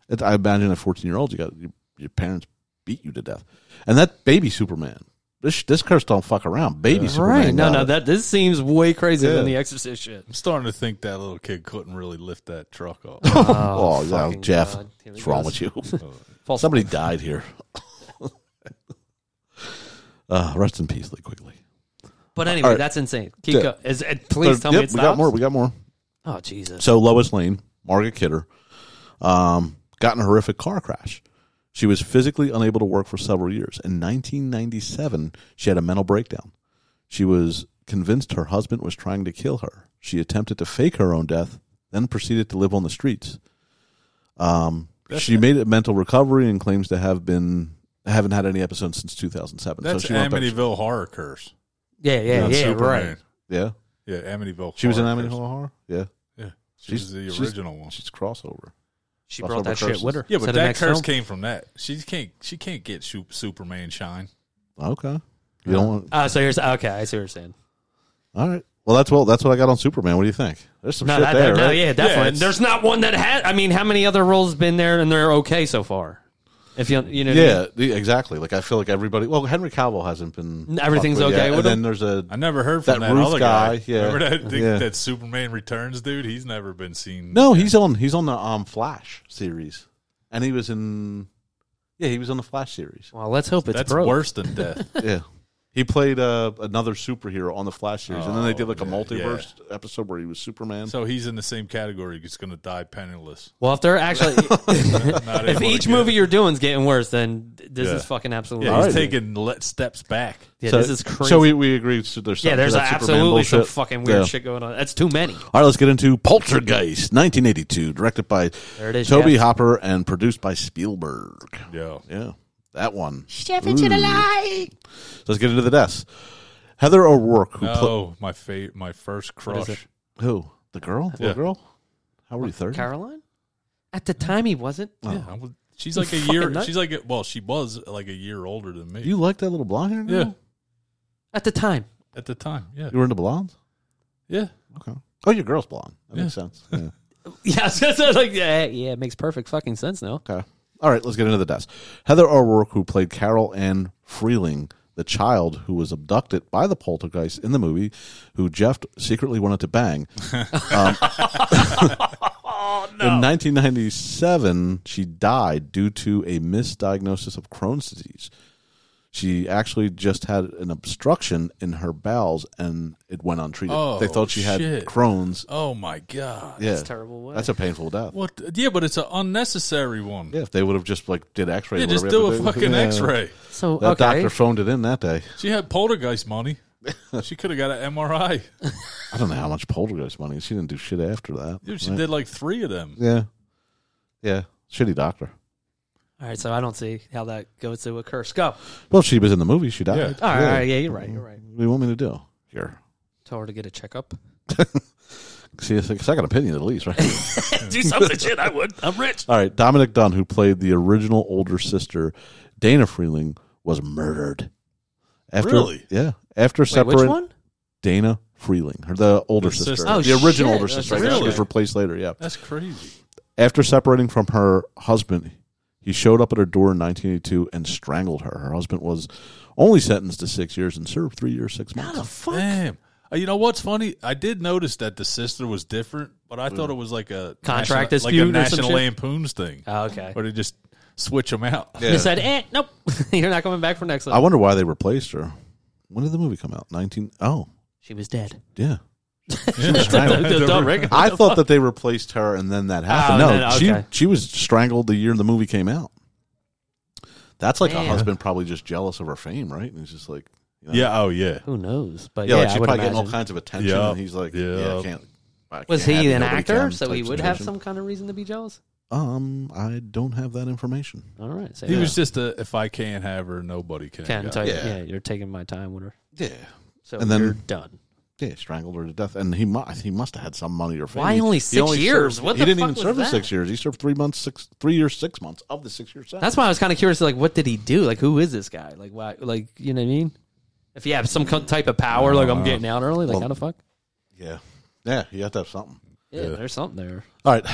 Speaker 1: it, I imagine at 14 year old, you got your, your parents beat you to death, and that baby Superman. This this curse don't fuck around. Baby Superman.
Speaker 3: Right? No,
Speaker 1: got
Speaker 3: no.
Speaker 1: it.
Speaker 3: That this seems way crazier
Speaker 1: Yeah.
Speaker 3: than the Exorcist shit.
Speaker 2: I'm starting to think that little kid couldn't really lift that truck up.
Speaker 1: Oh,
Speaker 3: Oh,
Speaker 1: yeah,
Speaker 3: fucking
Speaker 1: Jeff,
Speaker 3: God. Here
Speaker 1: what's
Speaker 3: we
Speaker 1: wrong
Speaker 3: go.
Speaker 1: with you?
Speaker 3: [LAUGHS] False
Speaker 1: [LAUGHS] Somebody died here. uh, rest in peace, Lee Quigley.
Speaker 3: But anyway,
Speaker 1: All right.
Speaker 3: that's insane. Keep
Speaker 1: Yeah.
Speaker 3: go- is- uh, please tell
Speaker 1: yep,
Speaker 3: me it
Speaker 1: we got
Speaker 3: stops.
Speaker 1: more. We got more.
Speaker 3: Oh Jesus!
Speaker 1: So Lois Lane, Margaret Kidder, um, got in a horrific car crash. She was physically unable to work for several years. In 1997, she had a mental breakdown. She was convinced her husband was trying to kill her. She attempted to fake her own death, then proceeded to live on the streets. Um, she made a mental recovery and claims to have been haven't had any episodes since 2007.
Speaker 2: That's
Speaker 1: she went back-
Speaker 2: Amityville horror curse.
Speaker 3: Yeah, yeah, yeah.
Speaker 2: Not Superman.
Speaker 3: right.
Speaker 1: Yeah,
Speaker 2: Yeah, Amityville.
Speaker 1: she was in
Speaker 2: horror
Speaker 1: Amityville
Speaker 2: Curse.
Speaker 1: Horror. Yeah,
Speaker 2: Yeah, she
Speaker 1: She's-
Speaker 2: was the
Speaker 1: she's-
Speaker 2: original one.
Speaker 1: she's crossover.
Speaker 3: She
Speaker 1: Crossover
Speaker 3: brought that
Speaker 1: curses.
Speaker 3: shit with her.
Speaker 2: Yeah, but
Speaker 3: to the
Speaker 2: that
Speaker 3: next
Speaker 2: curse
Speaker 3: film.
Speaker 2: came from that. She can't. She can't get Su- Superman shine.
Speaker 1: Okay, you don't want
Speaker 3: Ah, so here's okay. I see what you're saying.
Speaker 1: All right. Well, that's well, that's what I got on Superman. What do you think? There's some
Speaker 3: No,
Speaker 1: shit
Speaker 3: that,
Speaker 1: there.
Speaker 3: no,
Speaker 1: right?
Speaker 3: yeah, definitely.
Speaker 2: it's-
Speaker 3: There's not one that had. I mean, how many other roles been there and they're okay so far? If you you know, what I mean?
Speaker 1: Yeah, the- exactly. Like I feel like everybody. Well, Henry Cavill hasn't been.
Speaker 3: Everything's
Speaker 1: fucked
Speaker 3: okay
Speaker 1: yet.
Speaker 3: with
Speaker 1: and
Speaker 3: him?
Speaker 1: then there's a
Speaker 2: I never heard from
Speaker 1: That
Speaker 2: that,
Speaker 1: roof
Speaker 2: other guy.
Speaker 1: guy, yeah.
Speaker 2: Remember that [LAUGHS]
Speaker 1: Yeah.
Speaker 2: that Superman Returns dude? He's never been seen.
Speaker 1: no. He's on. He's on the um Flash series, and he was in. Yeah, he was on the Flash
Speaker 3: [LAUGHS]
Speaker 1: series.
Speaker 3: Well, let's hope it's
Speaker 2: That's
Speaker 3: broke.
Speaker 2: worse than death.
Speaker 1: yeah, he played uh, another superhero on the Flash series, and then they did like a
Speaker 2: Oh, yeah,
Speaker 1: multiverse episode where he was Superman.
Speaker 2: so he's in the same category. He's going to die penniless.
Speaker 3: Well, if
Speaker 1: [LAUGHS]
Speaker 3: they're actually, [LAUGHS]
Speaker 2: Not able
Speaker 3: if
Speaker 2: to
Speaker 3: each
Speaker 2: get-
Speaker 3: movie you're doing is getting worse, then this
Speaker 2: Yeah.
Speaker 3: is fucking absolutely.
Speaker 2: yeah, he's
Speaker 1: Alright.
Speaker 2: taking le- steps back.
Speaker 3: Yeah,
Speaker 1: So-
Speaker 3: this is crazy.
Speaker 1: So we we agree. So there's
Speaker 3: yeah,
Speaker 1: something
Speaker 3: there's
Speaker 1: to
Speaker 3: a,
Speaker 1: that Superman
Speaker 3: absolutely some
Speaker 1: bullshit.
Speaker 3: fucking weird
Speaker 1: Yeah.
Speaker 3: shit going on. That's too many.
Speaker 1: All right, let's get into Poltergeist, 1982, directed by
Speaker 3: There it is,
Speaker 1: Toby
Speaker 3: Jeff.
Speaker 1: Hopper and produced by Spielberg.
Speaker 2: Yo,
Speaker 1: Yeah, that one.
Speaker 4: Step into the light.
Speaker 1: So let's get into the deaths. Heather O'Rourke, who pla-
Speaker 2: no, my fa- my first
Speaker 3: is
Speaker 2: crush.
Speaker 3: it?
Speaker 1: who the girl, the
Speaker 2: Yeah.
Speaker 1: girl. How were you thirty?
Speaker 3: Caroline, at the time he wasn't.
Speaker 1: Oh.
Speaker 2: Yeah, I was- she's like a
Speaker 3: Oh. Fucking
Speaker 2: year.
Speaker 3: nut.
Speaker 2: She's like a, well, she was like a year older than me
Speaker 1: You like that little blonde hair?
Speaker 2: Yeah.
Speaker 1: Girl?
Speaker 3: At the time,
Speaker 2: at the time. Yeah,
Speaker 1: you were into blondes.
Speaker 2: yeah.
Speaker 1: Okay. Oh, your girl's blonde. That
Speaker 2: Yeah.
Speaker 1: makes sense. Yeah.
Speaker 3: [LAUGHS] yeah, I was gonna say, like yeah, yeah, it makes perfect fucking sense now.
Speaker 1: Okay. All right, let's get into the deaths. Heather O'Rourke, who played Carol Ann Freeling, the child who was abducted by the poltergeist in the movie, who Jeff secretly wanted to bang. Um, In 1997, she died due to a misdiagnosis of Crohn's disease. She actually just had an obstruction in her bowels and it went untreated.
Speaker 2: Oh,
Speaker 1: they thought she had
Speaker 2: shit.
Speaker 1: Crohn's.
Speaker 2: Oh my god.
Speaker 1: Yeah,
Speaker 3: It's terrible. Way.
Speaker 1: that's a painful death.
Speaker 2: What? Yeah, but it's an unnecessary one.
Speaker 1: Yeah, if they would have just like did X-ray,
Speaker 2: Yeah,
Speaker 1: or
Speaker 2: just
Speaker 1: whatever
Speaker 2: do a
Speaker 1: they-
Speaker 2: fucking
Speaker 1: Yeah.
Speaker 2: X-ray.
Speaker 3: so
Speaker 1: That
Speaker 3: okay.
Speaker 1: doctor phoned it in that day.
Speaker 2: She had poltergeist money. She could have got an MRI.
Speaker 1: I don't know how much poltergeist money. She didn't do shit after that.
Speaker 2: Dude, she
Speaker 1: right?
Speaker 2: did like three of them.
Speaker 1: Yeah, yeah. Shitty doctor.
Speaker 3: All right, so I don't see how that goes to a curse. Go. All
Speaker 1: Well, she was in the movie. She died.
Speaker 2: Yeah.
Speaker 3: right, yeah,
Speaker 1: Yeah.
Speaker 3: all right, yeah you're right. You're right.
Speaker 1: What do you want me to do? Here,
Speaker 3: Tell her to get a [LAUGHS] checkup.
Speaker 1: see a second opinion at least,
Speaker 2: [LAUGHS]
Speaker 1: right?
Speaker 3: Do something, shit. I would. I'm rich.
Speaker 1: All right. Dominic Dunn, who played the original older sister, Dana Freeling, was murdered. After,
Speaker 2: Really?
Speaker 1: Yeah. After
Speaker 3: Wait,
Speaker 1: separating
Speaker 3: which one?
Speaker 1: Dana Freeling, her the older
Speaker 2: The
Speaker 1: sister,
Speaker 2: sister.
Speaker 3: Oh,
Speaker 1: the original
Speaker 3: shit.
Speaker 1: older
Speaker 3: That's
Speaker 1: sister, I guess
Speaker 2: really-
Speaker 1: she was replaced later. Yeah.
Speaker 2: That's crazy.
Speaker 1: After separating from her husband, he showed up at her door in 1982 and strangled her. Her husband was only sentenced to six years and served three years, six months.
Speaker 2: Damn. Uh, You know what's funny? I did notice that the sister was different, but I thought it was like a
Speaker 3: Mm. Contract
Speaker 2: national,
Speaker 3: dispute or
Speaker 2: like a
Speaker 3: some
Speaker 2: National
Speaker 3: shit?
Speaker 2: Lampoons thing,
Speaker 3: Oh, okay.
Speaker 2: where they just switch them out.
Speaker 1: Yeah.
Speaker 2: [LAUGHS]
Speaker 3: They said, eh, nope. [LAUGHS] You're not coming back for next
Speaker 1: I
Speaker 3: one.
Speaker 1: wonder why they replaced her. When did the movie come out? 19. Oh,
Speaker 3: she was dead.
Speaker 1: yeah.
Speaker 3: Don't- don't rec-
Speaker 1: I thought that they replaced her and then that happened.
Speaker 3: Oh,
Speaker 1: no,
Speaker 3: no, okay.
Speaker 1: she she was strangled the year the movie came out. That's like
Speaker 3: Man.
Speaker 1: a husband probably just jealous of her fame, right? And he's just like, you know,
Speaker 2: Yeah. Oh yeah.
Speaker 3: Who knows? But
Speaker 1: yeah,
Speaker 3: yeah,
Speaker 1: like
Speaker 3: I
Speaker 1: she's
Speaker 3: would
Speaker 1: probably getting all
Speaker 3: imagine.
Speaker 1: kinds of attention.
Speaker 2: Yeah.
Speaker 1: And he's like, yeah,
Speaker 2: Yeah.
Speaker 1: I can't. I
Speaker 3: Was
Speaker 1: can't have
Speaker 3: he
Speaker 1: it,
Speaker 3: an
Speaker 1: nobody
Speaker 3: actor,
Speaker 1: can
Speaker 3: so
Speaker 1: type
Speaker 3: he would have
Speaker 1: situation.
Speaker 3: some kind of reason to be jealous?
Speaker 1: Um, I don't have that information.
Speaker 3: All right. So
Speaker 2: He
Speaker 3: yeah.
Speaker 2: was just a if I can't have her, nobody can.
Speaker 3: Ken,
Speaker 2: guy.
Speaker 3: so, yeah.
Speaker 1: Yeah.
Speaker 3: you're taking my time with her.
Speaker 1: Yeah,
Speaker 3: So
Speaker 1: And then-
Speaker 3: you're done.
Speaker 1: yeah, strangled her to death, and he must he must have had some money or fame.
Speaker 3: Why
Speaker 1: He-
Speaker 3: only
Speaker 1: he
Speaker 3: six years?
Speaker 1: served-
Speaker 3: What
Speaker 1: he
Speaker 3: the
Speaker 1: didn't
Speaker 3: fuck
Speaker 1: even
Speaker 3: was
Speaker 1: serve the
Speaker 3: that?
Speaker 1: six years. He served three months, six three years, six months of the six year sentence.
Speaker 3: That's why I was kind of curious. Like, what did he do? Like, who is this guy? Like, why? Like, you know what I mean? If you have some co- type of power, like
Speaker 1: Uh,
Speaker 3: I'm getting out early, like how the fuck?
Speaker 1: yeah, yeah, you have to have something.
Speaker 3: Yeah, there's something there.
Speaker 1: All right.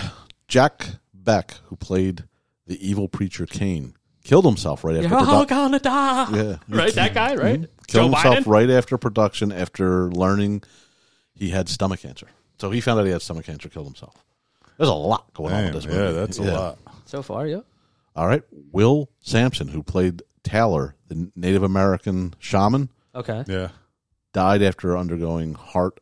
Speaker 1: Jack Beck, who played the evil preacher Cain, killed himself right after
Speaker 3: You're all
Speaker 1: production.
Speaker 3: gonna die.
Speaker 1: Yeah.
Speaker 3: [LAUGHS]
Speaker 1: Mm-hmm.
Speaker 3: Right, that guy, right?
Speaker 1: Killed himself right after production after learning he had stomach cancer. So he found out he had stomach cancer, killed himself. There's a lot going on
Speaker 2: Damn,
Speaker 1: with this movie.
Speaker 2: yeah, that's a
Speaker 3: [LAUGHS]
Speaker 2: lot.
Speaker 3: So far, yeah.
Speaker 1: All right. Will Sampson, who played Taylor, the Native American shaman,
Speaker 3: Okay.
Speaker 2: Yeah. [LAUGHS]
Speaker 1: died after undergoing heart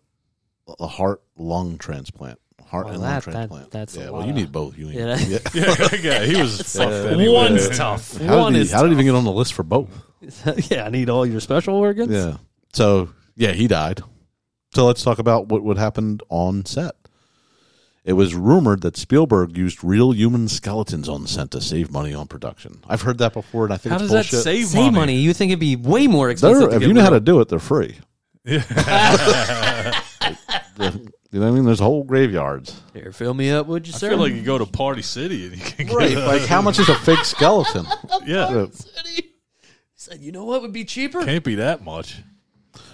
Speaker 1: a heart lung transplant. Heart
Speaker 3: Well,
Speaker 1: and
Speaker 3: that- that-
Speaker 1: lung transplant.
Speaker 3: that's a
Speaker 1: yeah,
Speaker 3: lot
Speaker 1: well you
Speaker 3: of-
Speaker 1: need both. You need
Speaker 3: Yeah, [LAUGHS] that-
Speaker 2: Yeah. [LAUGHS] that guy, he was fucked anyway.
Speaker 3: One's tough.
Speaker 1: How
Speaker 3: One
Speaker 1: did, he,
Speaker 3: is.
Speaker 1: how did he even get on the list for
Speaker 3: [LAUGHS]
Speaker 1: both?
Speaker 3: yeah, I need all your special organs.
Speaker 1: Yeah. So yeah, he died. So let's talk about what what happened on set. It was rumored that Spielberg used real human skeletons on set to save money on production. I've heard that before, and I think
Speaker 2: How
Speaker 1: it's
Speaker 2: does that
Speaker 1: bullshit.
Speaker 2: save,
Speaker 3: Save money. You think it'd be way more
Speaker 1: They're-
Speaker 3: expensive? to
Speaker 1: if
Speaker 3: get
Speaker 1: you know how
Speaker 3: rid
Speaker 1: to
Speaker 3: of-
Speaker 1: do it, they're free. You know what I mean? There's whole graveyards.
Speaker 3: Here, fill me up, would you,
Speaker 2: I
Speaker 3: sir?
Speaker 2: feel like you go to Party City and you can get
Speaker 1: Right. [LAUGHS] Like how much is a fake skeleton?
Speaker 2: yeah.
Speaker 3: He said, you know what would be cheaper?
Speaker 2: Can't be that much.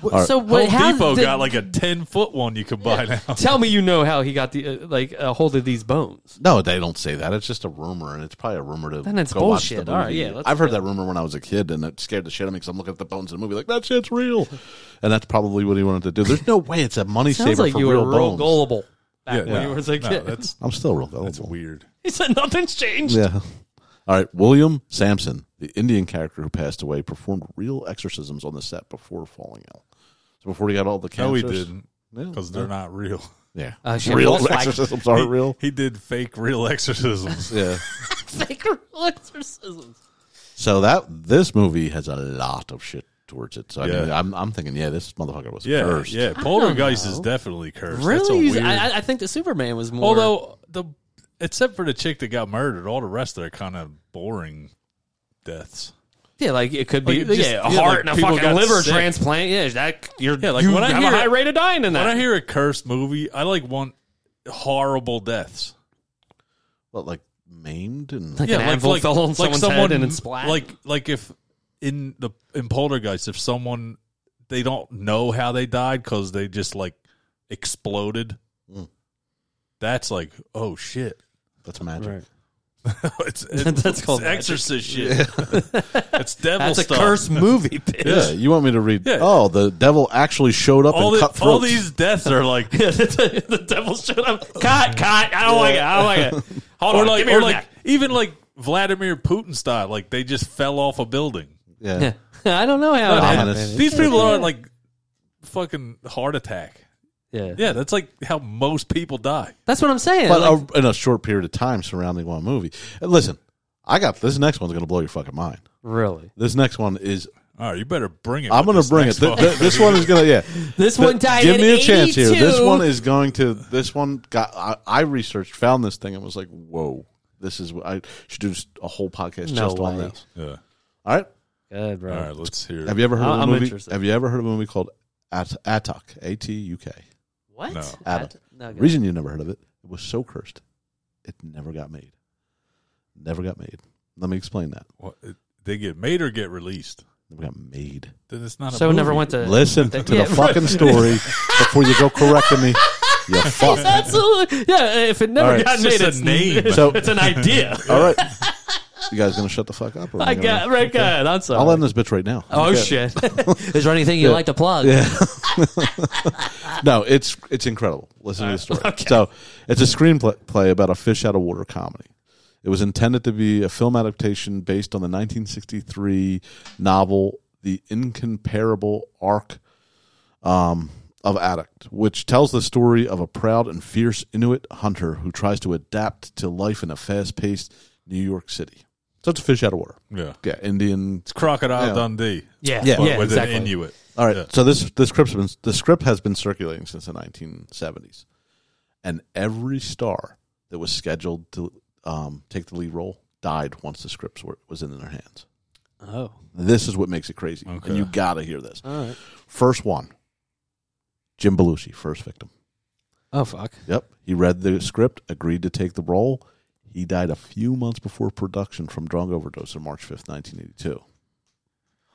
Speaker 1: right.
Speaker 3: So
Speaker 2: Home
Speaker 3: what? How
Speaker 2: Depot
Speaker 3: did-
Speaker 2: got like a ten foot one you could buy
Speaker 3: [LAUGHS]
Speaker 2: now.
Speaker 3: Tell me, you know how he got the uh, like a hold of these bones?
Speaker 1: No, they don't say that. It's just a rumor, and it's probably a rumor to
Speaker 3: Then it's
Speaker 1: go watch the
Speaker 3: bullshit. All right,
Speaker 1: movie.
Speaker 3: yeah, let's-
Speaker 1: I've heard that rumor when I was a kid, and it scared the shit out of me because I'm looking at the bones in the movie like that shit's real, and that's probably what he wanted to do. There's no way it's a money
Speaker 3: Sounds
Speaker 1: saver
Speaker 3: like
Speaker 1: for
Speaker 3: you
Speaker 1: real
Speaker 3: were real
Speaker 1: bones.
Speaker 3: gullible back
Speaker 2: Yeah,
Speaker 3: when
Speaker 2: no,
Speaker 3: you were like,
Speaker 2: no, that's
Speaker 1: I'm still real gullible.
Speaker 2: that's weird.
Speaker 3: [LAUGHS] he said nothing's changed.
Speaker 1: Yeah. All right, William Sampson, the Indian character who passed away, performed real exorcisms on the set before falling ill. So before he got all the
Speaker 2: No,
Speaker 1: cancers,
Speaker 2: he didn't
Speaker 1: Yeah,
Speaker 2: because they're not real.
Speaker 1: yeah.
Speaker 3: Uh, shit,
Speaker 1: real
Speaker 3: looks like-
Speaker 1: exorcisms are real.
Speaker 2: He did fake real [LAUGHS] exorcisms.
Speaker 1: Yeah.
Speaker 3: Fake real exorcisms.
Speaker 1: So that this movie has a lot of shit towards it. So I mean,
Speaker 2: Yeah.
Speaker 1: I'm I'm thinking, [LAUGHS] yeah, this motherfucker was
Speaker 2: yeah,
Speaker 1: cursed.
Speaker 2: yeah. Poltergeist is definitely cursed. That's a
Speaker 3: Really?
Speaker 2: weird.
Speaker 3: I, I- I think the Superman was more.
Speaker 2: Although the except for the chick that got murdered, all the rest are kind of boring deaths.
Speaker 3: yeah, like it could be
Speaker 2: Like, it just-
Speaker 3: yeah, a
Speaker 2: yeah,
Speaker 3: heart
Speaker 2: like
Speaker 3: and a
Speaker 2: people
Speaker 3: fucking
Speaker 2: got
Speaker 3: liver
Speaker 2: sick.
Speaker 3: transplant. Yeah, that you're
Speaker 2: Yeah, like,
Speaker 3: you
Speaker 2: when I
Speaker 3: have
Speaker 2: hear-
Speaker 3: a high rate of dying in that.
Speaker 2: When I hear a cursed movie, I like want horrible deaths.
Speaker 1: What, like maimed and
Speaker 3: Like an anvil fell on someone's head and it splat.
Speaker 2: Like like if in the in Poltergeist, if someone they don't know how they died because they just like exploded.
Speaker 1: Mm.
Speaker 2: That's like oh shit. [LAUGHS]
Speaker 1: that's magic.
Speaker 3: Right. [LAUGHS]
Speaker 2: it's, it's-
Speaker 3: That's
Speaker 2: it's
Speaker 3: called magic.
Speaker 2: exorcist shit. [LAUGHS] it's devil
Speaker 3: that's a
Speaker 2: stuff.
Speaker 3: cursed movie, bitch.
Speaker 1: Yeah, you want me to read?
Speaker 2: Yeah.
Speaker 1: Oh, the devil actually showed up
Speaker 2: All,
Speaker 1: and
Speaker 2: the-
Speaker 1: cut
Speaker 2: all
Speaker 1: throats.
Speaker 2: these deaths are like
Speaker 3: [LAUGHS] Yeah, the, the devil showed up. [LAUGHS] Cut, cut. I don't like it. I don't like it.
Speaker 2: [LAUGHS]
Speaker 3: Hold
Speaker 2: or
Speaker 3: on.
Speaker 2: like
Speaker 3: give me
Speaker 2: or
Speaker 3: your
Speaker 2: like
Speaker 3: neck.
Speaker 2: even like Vladimir Putin style, like they just fell off a building.
Speaker 1: yeah.
Speaker 3: [LAUGHS] I don't know how it
Speaker 1: Ominous.
Speaker 3: happened.
Speaker 2: These people aren't like fucking heart attack.
Speaker 3: Yeah.
Speaker 2: Yeah, that's like how most people die.
Speaker 3: that's what I'm saying.
Speaker 1: but
Speaker 3: Like,
Speaker 1: a, in a short period of time surrounding one movie. And listen, I got this next one's going to blow your fucking mind.
Speaker 3: really,
Speaker 1: This next one is
Speaker 2: All right, you better bring it.
Speaker 1: I'm
Speaker 2: with
Speaker 1: going to
Speaker 2: this
Speaker 1: bring it.
Speaker 2: next
Speaker 1: Th-
Speaker 2: one.
Speaker 1: th- this one is going to yeah.
Speaker 3: this
Speaker 1: Th-
Speaker 3: [LAUGHS] one died.
Speaker 1: Give
Speaker 3: at
Speaker 1: me a chance here.
Speaker 3: 82.
Speaker 1: This one is going to. This one got. I, I researched, found this thing, and was like, "Whoa, this is." I should do a whole podcast
Speaker 3: No
Speaker 1: just on
Speaker 3: way.
Speaker 1: this.
Speaker 2: yeah.
Speaker 1: All right.
Speaker 3: Good, bro.
Speaker 2: All right, let's hear.
Speaker 1: Have you ever heard of a
Speaker 3: I'm
Speaker 1: movie?
Speaker 3: interested.
Speaker 1: Have you ever heard of a movie called At- Atuk? A T U K.
Speaker 3: What?
Speaker 2: No.
Speaker 1: Adam.
Speaker 3: That- no, good.
Speaker 1: Reason you never heard of it? It was so cursed, it never got made. Never got made. Let me explain that.
Speaker 2: What, it- they get made or get released.
Speaker 1: Never got made.
Speaker 2: Then it's not. a
Speaker 3: so it never
Speaker 2: movie.
Speaker 3: went to
Speaker 1: Listen to
Speaker 3: Uh, yeah, [LAUGHS]
Speaker 1: the fucking story before you go correcting me. You
Speaker 3: Yes, [LAUGHS]
Speaker 1: fuck.
Speaker 3: [LAUGHS] absolutely. Yeah, if it never
Speaker 1: All right.
Speaker 3: got
Speaker 2: It's
Speaker 3: made,
Speaker 2: just a
Speaker 3: it's [LAUGHS]
Speaker 2: name.
Speaker 1: So-
Speaker 3: it's
Speaker 1: [LAUGHS]
Speaker 3: an idea.
Speaker 1: All right. You guys gonna shut the fuck up? Or am
Speaker 3: I
Speaker 1: gonna-
Speaker 3: got right. God, I'm sorry.
Speaker 1: I'll end this bitch right now.
Speaker 3: oh
Speaker 1: Okay. [LAUGHS]
Speaker 3: shit! Is there anything you like to plug?
Speaker 1: No, it's it's incredible. Listen to the story. So, it's a screenplay play about a fish out of water comedy. It was intended to be a film adaptation based on the 1963 novel "The Incomparable Arc um, of Addict," which tells the story of a proud and fierce Inuit hunter who tries to adapt to life in a fast-paced New York City. So it's a fish out of water.
Speaker 2: Yeah.
Speaker 1: Yeah, Indian
Speaker 2: It's Crocodile
Speaker 1: Yeah.
Speaker 2: Dundee.
Speaker 3: Yeah,
Speaker 1: Yeah.
Speaker 3: yeah,
Speaker 2: But with
Speaker 3: exactly.
Speaker 2: an Inuit.
Speaker 1: All right.
Speaker 2: Yeah.
Speaker 1: So this this script's been the script has been circulating since the 1970s, and every star that was scheduled to um, take the lead role died once the script was in their hands.
Speaker 3: Oh,
Speaker 1: This is what makes it crazy,
Speaker 2: Okay.
Speaker 1: and you got to hear this.
Speaker 3: all right.
Speaker 1: First one, Jim Belushi, first victim.
Speaker 3: Oh fuck.
Speaker 1: Yep, he read the script, agreed to take the role. He died a few months before production from drug overdose on March 5th, 1982.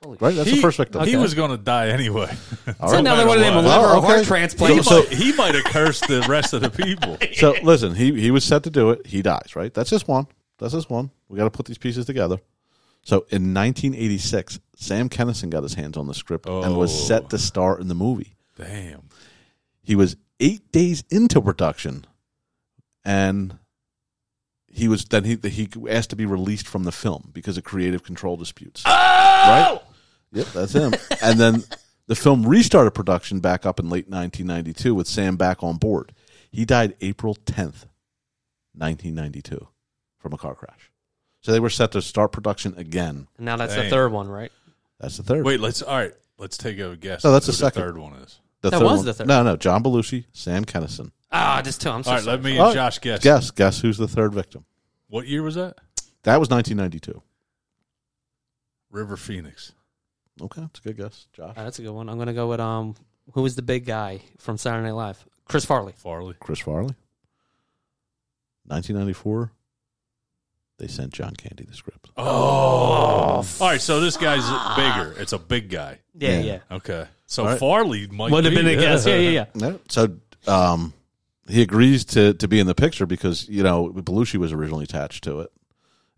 Speaker 3: Holy
Speaker 1: Right, that's
Speaker 2: he,
Speaker 1: the first victim.
Speaker 2: He
Speaker 3: Okay.
Speaker 2: was going to die
Speaker 3: [LAUGHS]
Speaker 2: anyway.
Speaker 1: All
Speaker 3: So
Speaker 1: right.
Speaker 3: now they want to name a
Speaker 2: Well,
Speaker 3: liver or heart
Speaker 1: okay.
Speaker 2: he,
Speaker 3: transplant.
Speaker 1: So-
Speaker 2: might, he might have cursed the rest of the people.
Speaker 1: So listen, he he was set to do it. He dies, right? That's just one. That's just one. We got to put these pieces together. So in 1986, Sam Kennison got his hands on the script and was
Speaker 2: Oh.
Speaker 1: set to star in the movie.
Speaker 2: Damn.
Speaker 1: He was eight days into production, and he was then he he asked to be released from the film because of creative control disputes.
Speaker 3: Oh!
Speaker 1: Right? Yep, that's him. and then the film restarted production back up in late 1992 with Sam back on board. He died April 10th, 1992, from a car crash. So they were set to start production again.
Speaker 3: And now that's the
Speaker 2: Dang.
Speaker 3: third one, right?
Speaker 1: That's the third.
Speaker 2: Wait, let's all right. Let's take a guess.
Speaker 1: No, that's
Speaker 2: who
Speaker 1: the second.
Speaker 2: third one is.
Speaker 1: the
Speaker 3: that was
Speaker 1: one-
Speaker 3: the third.
Speaker 1: No, no, John Belushi, Sam Kennison.
Speaker 3: Ah, just two. I'm so
Speaker 2: All right,
Speaker 3: sorry.
Speaker 2: let me
Speaker 1: All right.
Speaker 2: and Josh guess.
Speaker 1: Guess, guess who's the third victim?
Speaker 2: What year was that?
Speaker 1: That was 1992.
Speaker 2: River Phoenix.
Speaker 1: Okay, that's a good guess, Josh.
Speaker 3: Ah, that's a good one. I'm gonna go with um, who was the big guy from Saturday Night Live? Chris Farley.
Speaker 2: Farley.
Speaker 1: Chris Farley. 1994, they sent John Candy the script.
Speaker 2: Oh. all right, so this guy's bigger. It's a big guy.
Speaker 1: Yeah.
Speaker 3: Ah. Yeah, yeah.
Speaker 2: Okay. So
Speaker 1: All right.
Speaker 2: Farley might
Speaker 3: Would have
Speaker 2: be-
Speaker 3: been a guess. Yeah, yeah, [LAUGHS] yeah.
Speaker 1: No. So um, he agrees to to be in the picture because you know Belushi was originally attached to it,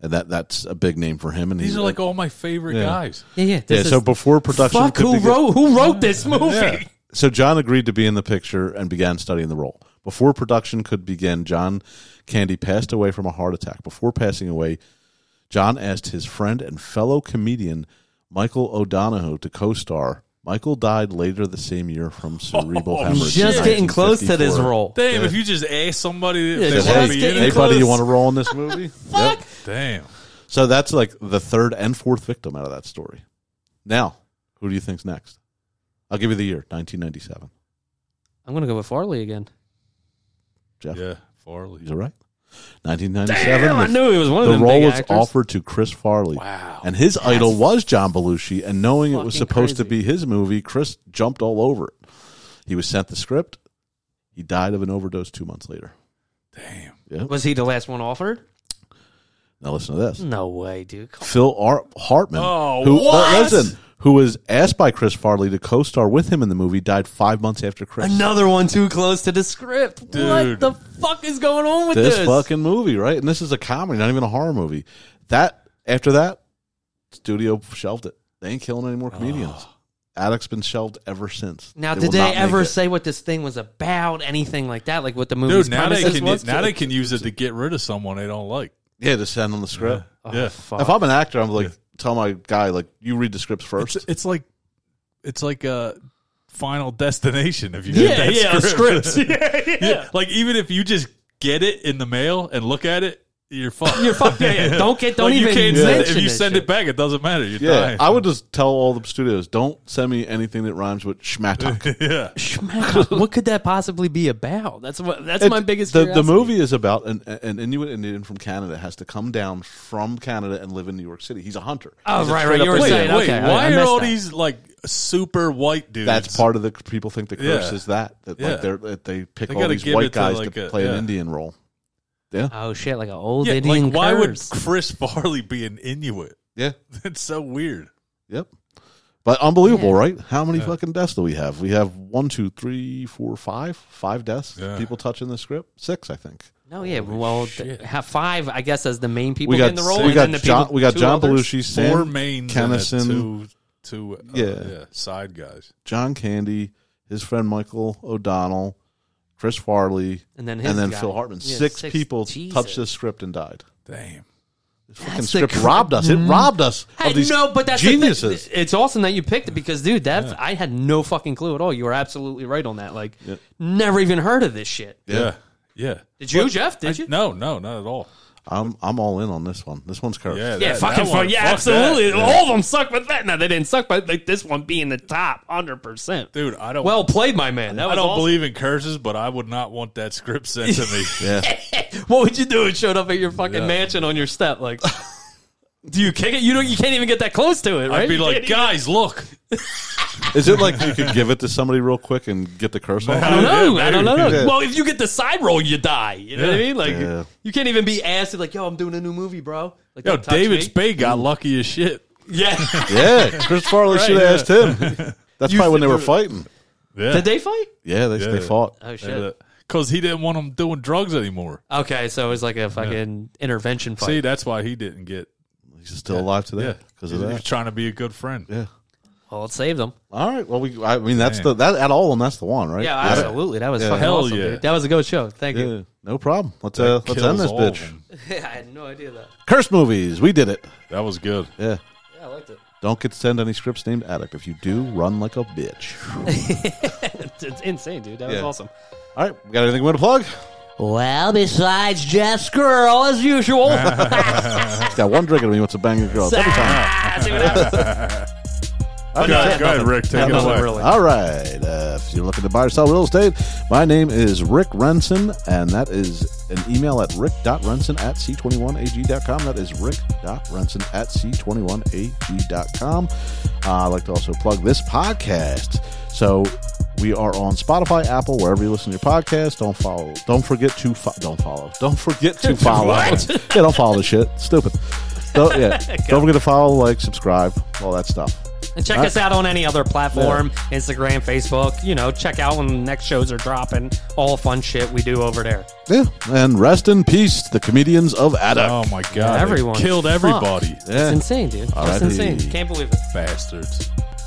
Speaker 1: and that that's a big name for him. And
Speaker 2: These
Speaker 1: he,
Speaker 2: are like all my favorite
Speaker 1: Yeah.
Speaker 2: guys.
Speaker 3: Yeah, yeah.
Speaker 1: yeah.
Speaker 3: This is-
Speaker 1: so before production,
Speaker 3: fuck
Speaker 1: could
Speaker 3: who
Speaker 1: begin-
Speaker 3: wrote who wrote this movie?
Speaker 1: So John agreed to be in the picture and began studying the role. Before production could begin, John Candy passed away from a heart attack. Before passing away, John asked his friend and fellow comedian Michael O'Donohue to co-star. Michael died later the same year from cerebral
Speaker 2: Oh,
Speaker 1: hemorrhage. in
Speaker 3: Just getting close to this
Speaker 1: 1954.
Speaker 3: role.
Speaker 2: Damn, if you just ask somebody if
Speaker 3: Oh, Yeah,
Speaker 2: they
Speaker 1: Just,
Speaker 3: just
Speaker 2: want
Speaker 1: hey,
Speaker 2: to be in
Speaker 3: getting
Speaker 1: hey,
Speaker 2: it.
Speaker 1: buddy, you
Speaker 3: close.
Speaker 1: want to roll in
Speaker 3: [LAUGHS]
Speaker 1: this movie? Yep.
Speaker 2: Damn.
Speaker 1: So that's like the third and fourth victim out of that story. Now, who do you think's next? I'll give you the year, 1997.
Speaker 3: I'm gonna go with Farley again.
Speaker 1: Jeff,
Speaker 2: Yeah, Farley.
Speaker 1: he's all right. 1997.
Speaker 3: Damn, I
Speaker 1: the-
Speaker 3: knew he was one of
Speaker 1: the
Speaker 3: them
Speaker 1: role
Speaker 3: big
Speaker 1: was
Speaker 3: actors.
Speaker 1: offered to Chris Farley.
Speaker 2: Wow.
Speaker 1: And his idol was John Belushi, and knowing it was
Speaker 3: fucking
Speaker 1: supposed to be
Speaker 3: crazy.
Speaker 1: his movie, Chris jumped all over it. He was sent the script. He died of an overdose two months later.
Speaker 2: Damn.
Speaker 3: Was he the last one offered?
Speaker 1: Now listen to this.
Speaker 3: No way, dude. Come-
Speaker 1: Phil Ar- Hartman,
Speaker 2: Oh,
Speaker 1: who uh,
Speaker 2: what?
Speaker 1: listen, who was asked by Chris Farley to co-star with him in the movie, died five months after Chris.
Speaker 3: Another one too close to the script. What
Speaker 2: Dude.
Speaker 3: the fuck is going on
Speaker 1: [LAUGHS]
Speaker 3: with
Speaker 1: this
Speaker 3: this?
Speaker 1: fucking movie, right? And this is a comedy, not even a horror movie. That after that, studio shelved it. They ain't killing any more comedians.
Speaker 3: [GASPS]
Speaker 1: Addict's been shelved ever since.
Speaker 3: Now,
Speaker 1: They
Speaker 3: did
Speaker 1: will
Speaker 3: they
Speaker 1: not make
Speaker 3: ever
Speaker 1: it.
Speaker 3: say what this thing was about? Anything like that? Like what the movie's
Speaker 2: Dude, now they
Speaker 3: premises
Speaker 2: can
Speaker 3: was?
Speaker 2: now they can use it to get rid of someone they don't like.
Speaker 1: Yeah, just send on the script.
Speaker 3: Oh,
Speaker 2: yeah.
Speaker 3: fuck.
Speaker 1: If I'm an actor, I'm like tell my guy like you read the scripts first.
Speaker 2: It's, it's like it's like a final destination if you get
Speaker 3: yeah,
Speaker 2: that
Speaker 3: yeah,
Speaker 2: script. [LAUGHS]
Speaker 3: scripts. yeah, [LAUGHS] yeah.
Speaker 2: Yeah, like even if you just get it in the mail and look at it, you're fucked.
Speaker 3: You're fucked.
Speaker 2: [LAUGHS]
Speaker 3: Yeah, yeah. Don't get- don't
Speaker 2: Like, you
Speaker 3: even
Speaker 2: can't
Speaker 1: mention
Speaker 2: send it. If you
Speaker 3: this
Speaker 2: send
Speaker 3: shit.
Speaker 2: it back, it doesn't matter.
Speaker 1: [LAUGHS]
Speaker 2: You're
Speaker 1: yeah,
Speaker 2: dying.
Speaker 1: I would just tell all the studios don't send me anything that rhymes with
Speaker 3: [LAUGHS]
Speaker 1: schmatok.
Speaker 2: yeah,
Speaker 3: Schmack. what could that possibly be about? That's what. That's my
Speaker 1: It's-
Speaker 3: biggest.
Speaker 1: The, the
Speaker 3: curiosity.
Speaker 1: movie is about an, an Inuit Indian from Canada has to come down from Canada and live in New York City. He's a hunter.
Speaker 3: Oh,
Speaker 1: He's a
Speaker 3: right,
Speaker 1: straight
Speaker 3: right,
Speaker 1: up
Speaker 3: you were
Speaker 2: wait,
Speaker 1: Indian.
Speaker 3: saying,
Speaker 2: wait.
Speaker 3: okay, I- I
Speaker 2: why are
Speaker 3: missed
Speaker 2: all
Speaker 3: that.
Speaker 2: these like super white dudes?
Speaker 1: That's part of the people think the curse
Speaker 2: Yeah.
Speaker 1: is that that
Speaker 2: Yeah.
Speaker 1: like they're that they pick
Speaker 2: They
Speaker 1: all
Speaker 2: gotta
Speaker 1: these
Speaker 2: give
Speaker 1: white
Speaker 2: it to,
Speaker 1: guys to,
Speaker 2: like, a-
Speaker 1: play an
Speaker 2: yeah.
Speaker 1: Indian role.
Speaker 3: Oh shit! Like an old
Speaker 2: Yeah,
Speaker 3: Indian.
Speaker 2: like why would [LAUGHS]
Speaker 3: curse.
Speaker 2: Chris Farley be an Inuit? [LAUGHS]
Speaker 1: Yeah.
Speaker 2: That's so weird.
Speaker 1: Yep. But unbelievable,
Speaker 3: Yeah.
Speaker 1: right? How many fucking deaths do we have? We have one, two, three, four, five, five deaths.
Speaker 2: Yeah.
Speaker 1: People touching the script. Six, I think.
Speaker 3: No, yeah. well, th-
Speaker 2: Oh, shit.
Speaker 3: have five, I guess, as the main people
Speaker 1: we got
Speaker 3: in the role.
Speaker 1: we
Speaker 3: and
Speaker 1: got
Speaker 3: then the
Speaker 1: John,
Speaker 3: people,
Speaker 1: we got
Speaker 3: two
Speaker 1: John
Speaker 3: others.
Speaker 1: Belushi,
Speaker 2: Four
Speaker 1: Sam
Speaker 2: mains
Speaker 1: Kennison.
Speaker 2: and a two, two uh,
Speaker 1: Yeah.
Speaker 2: yeah. side guys.
Speaker 1: John Candy, his friend Michael O'Donnell, Chris Farley,
Speaker 3: and then his
Speaker 1: and then
Speaker 3: guy.
Speaker 1: Phil Hartman.
Speaker 3: Yeah,
Speaker 1: six, people
Speaker 3: Jesus.
Speaker 1: touched this script and died.
Speaker 2: Damn.
Speaker 1: This fucking
Speaker 3: the
Speaker 1: script
Speaker 3: cr-
Speaker 1: robbed us. It robbed us
Speaker 3: I
Speaker 1: of these
Speaker 3: know, but that's the thing.
Speaker 1: geniuses.
Speaker 3: It's awesome that you picked it because, dude, that I had no fucking clue at all. You were absolutely right on that. Like, never even heard of this shit.
Speaker 2: Yeah. Yeah.
Speaker 3: Did you, Jeff? Did you?
Speaker 2: No, no, not at all.
Speaker 1: I'm I'm all in on this one. This one's cursed.
Speaker 2: Yeah.
Speaker 3: Yeah,
Speaker 2: that-
Speaker 3: fucking
Speaker 2: that
Speaker 3: fun.
Speaker 2: one,
Speaker 3: Yeah,
Speaker 2: fuck
Speaker 3: absolutely.
Speaker 2: that.
Speaker 3: All of them suck, but that no, they didn't suck, but like this one being the top, hundred percent.
Speaker 2: Dude, I don't.
Speaker 3: Well played, my man. That was
Speaker 2: I don't
Speaker 3: awesome.
Speaker 2: believe in curses, but I would not want that script sent to
Speaker 1: [LAUGHS]
Speaker 2: me.
Speaker 1: Yeah.
Speaker 3: What would you do? It showed up at your fucking
Speaker 2: Yeah.
Speaker 3: mansion on your step. Like, [LAUGHS] do you kick it? You don't. You can't even get that close to it, right?
Speaker 2: I'd be
Speaker 3: You
Speaker 2: like,
Speaker 3: can't even-
Speaker 2: guys, look.
Speaker 1: Is it like you could give it to somebody real quick and get the curse off?
Speaker 3: I [LAUGHS] don't know.
Speaker 2: Yeah,
Speaker 3: I don't
Speaker 2: maybe.
Speaker 3: know.
Speaker 1: Yeah.
Speaker 3: Well, if you get the side roll, you die. You know what I
Speaker 2: Yeah.
Speaker 3: mean? Like,
Speaker 1: Yeah.
Speaker 3: you can't even be assy like, "Yo, I'm doing a new movie, bro." Like,
Speaker 2: Yo,
Speaker 3: don't touch
Speaker 2: David
Speaker 3: me.
Speaker 2: Spade got lucky as shit.
Speaker 3: [LAUGHS]
Speaker 2: [LAUGHS]
Speaker 3: Yeah.
Speaker 1: Yeah, Chris Farley should
Speaker 2: yeah.
Speaker 1: have asked
Speaker 2: [LAUGHS]
Speaker 1: him. That's probably when they were fighting.
Speaker 2: Yeah.
Speaker 3: Did they fight?
Speaker 1: Yeah, they, they
Speaker 2: Yeah.
Speaker 1: fought.
Speaker 3: Oh shit.
Speaker 2: Because he didn't want him doing drugs anymore.
Speaker 3: Okay, so it was like a fucking intervention fight.
Speaker 2: See, that's why he didn't get.
Speaker 1: He's still alive
Speaker 2: Yeah,
Speaker 1: today because
Speaker 2: he
Speaker 1: of
Speaker 2: was
Speaker 1: that.
Speaker 2: trying to be a good friend.
Speaker 1: Yeah.
Speaker 3: well, it saved them.
Speaker 1: All right. Well, we. I mean, that's
Speaker 2: Damn.
Speaker 1: the that at all, and that's the one, right?
Speaker 3: Yeah, absolutely. That was fucking
Speaker 2: Hell
Speaker 3: awesome.
Speaker 2: yeah.
Speaker 3: dude. That was a good show. Thank you.
Speaker 1: Yeah, no problem. Let's uh, let's end
Speaker 2: Kills
Speaker 1: this
Speaker 2: all of
Speaker 1: bitch.
Speaker 2: them.
Speaker 3: Yeah, [LAUGHS] I had no idea that.
Speaker 1: Curse movies. We did it.
Speaker 2: That was good.
Speaker 1: Yeah.
Speaker 3: Yeah, I liked it.
Speaker 1: Don't get send any scripts named addict. If you do, run like a bitch.
Speaker 3: It's, [LAUGHS] it's insane, dude. That was
Speaker 1: Yeah.
Speaker 3: awesome.
Speaker 1: All right. We got anything we want to plug?
Speaker 3: Well, besides Jeff's girl,
Speaker 2: [LAUGHS]
Speaker 3: as usual. [LAUGHS]
Speaker 1: He's got one drink in him. He wants to bang your girl. Every time.
Speaker 3: See what happens.
Speaker 2: Go ahead, Oh, go ahead, Rick. Take it
Speaker 3: nothing
Speaker 2: away.
Speaker 3: really.
Speaker 1: All right. Uh, if you're looking to buy or sell real estate, my name is Rick Renson, and that is an email at rick.renson at c21ag.com. That is rick.renson at c21ag.com. Uh, I'd like to also plug this podcast. So we are on Spotify, Apple, wherever you listen to your podcast. Don't follow. Don't forget to fo- don't follow. Don't forget to follow. yeah, don't follow the shit. Stupid. Don't, yeah. don't forget to follow, like, subscribe, all that stuff.
Speaker 3: And check us out on any other platform Instagram, Facebook. You know, check out when the next shows are dropping. All fun shit we do over there.
Speaker 1: Yeah, and rest in peace, the comedians of Adda.
Speaker 2: Oh my god! they
Speaker 3: Everyone.
Speaker 2: killed
Speaker 3: Fuck.
Speaker 2: everybody.
Speaker 1: yeah.
Speaker 3: It's insane, dude. It's
Speaker 1: Alrighty.
Speaker 3: insane. Can't believe it.
Speaker 2: Bastards.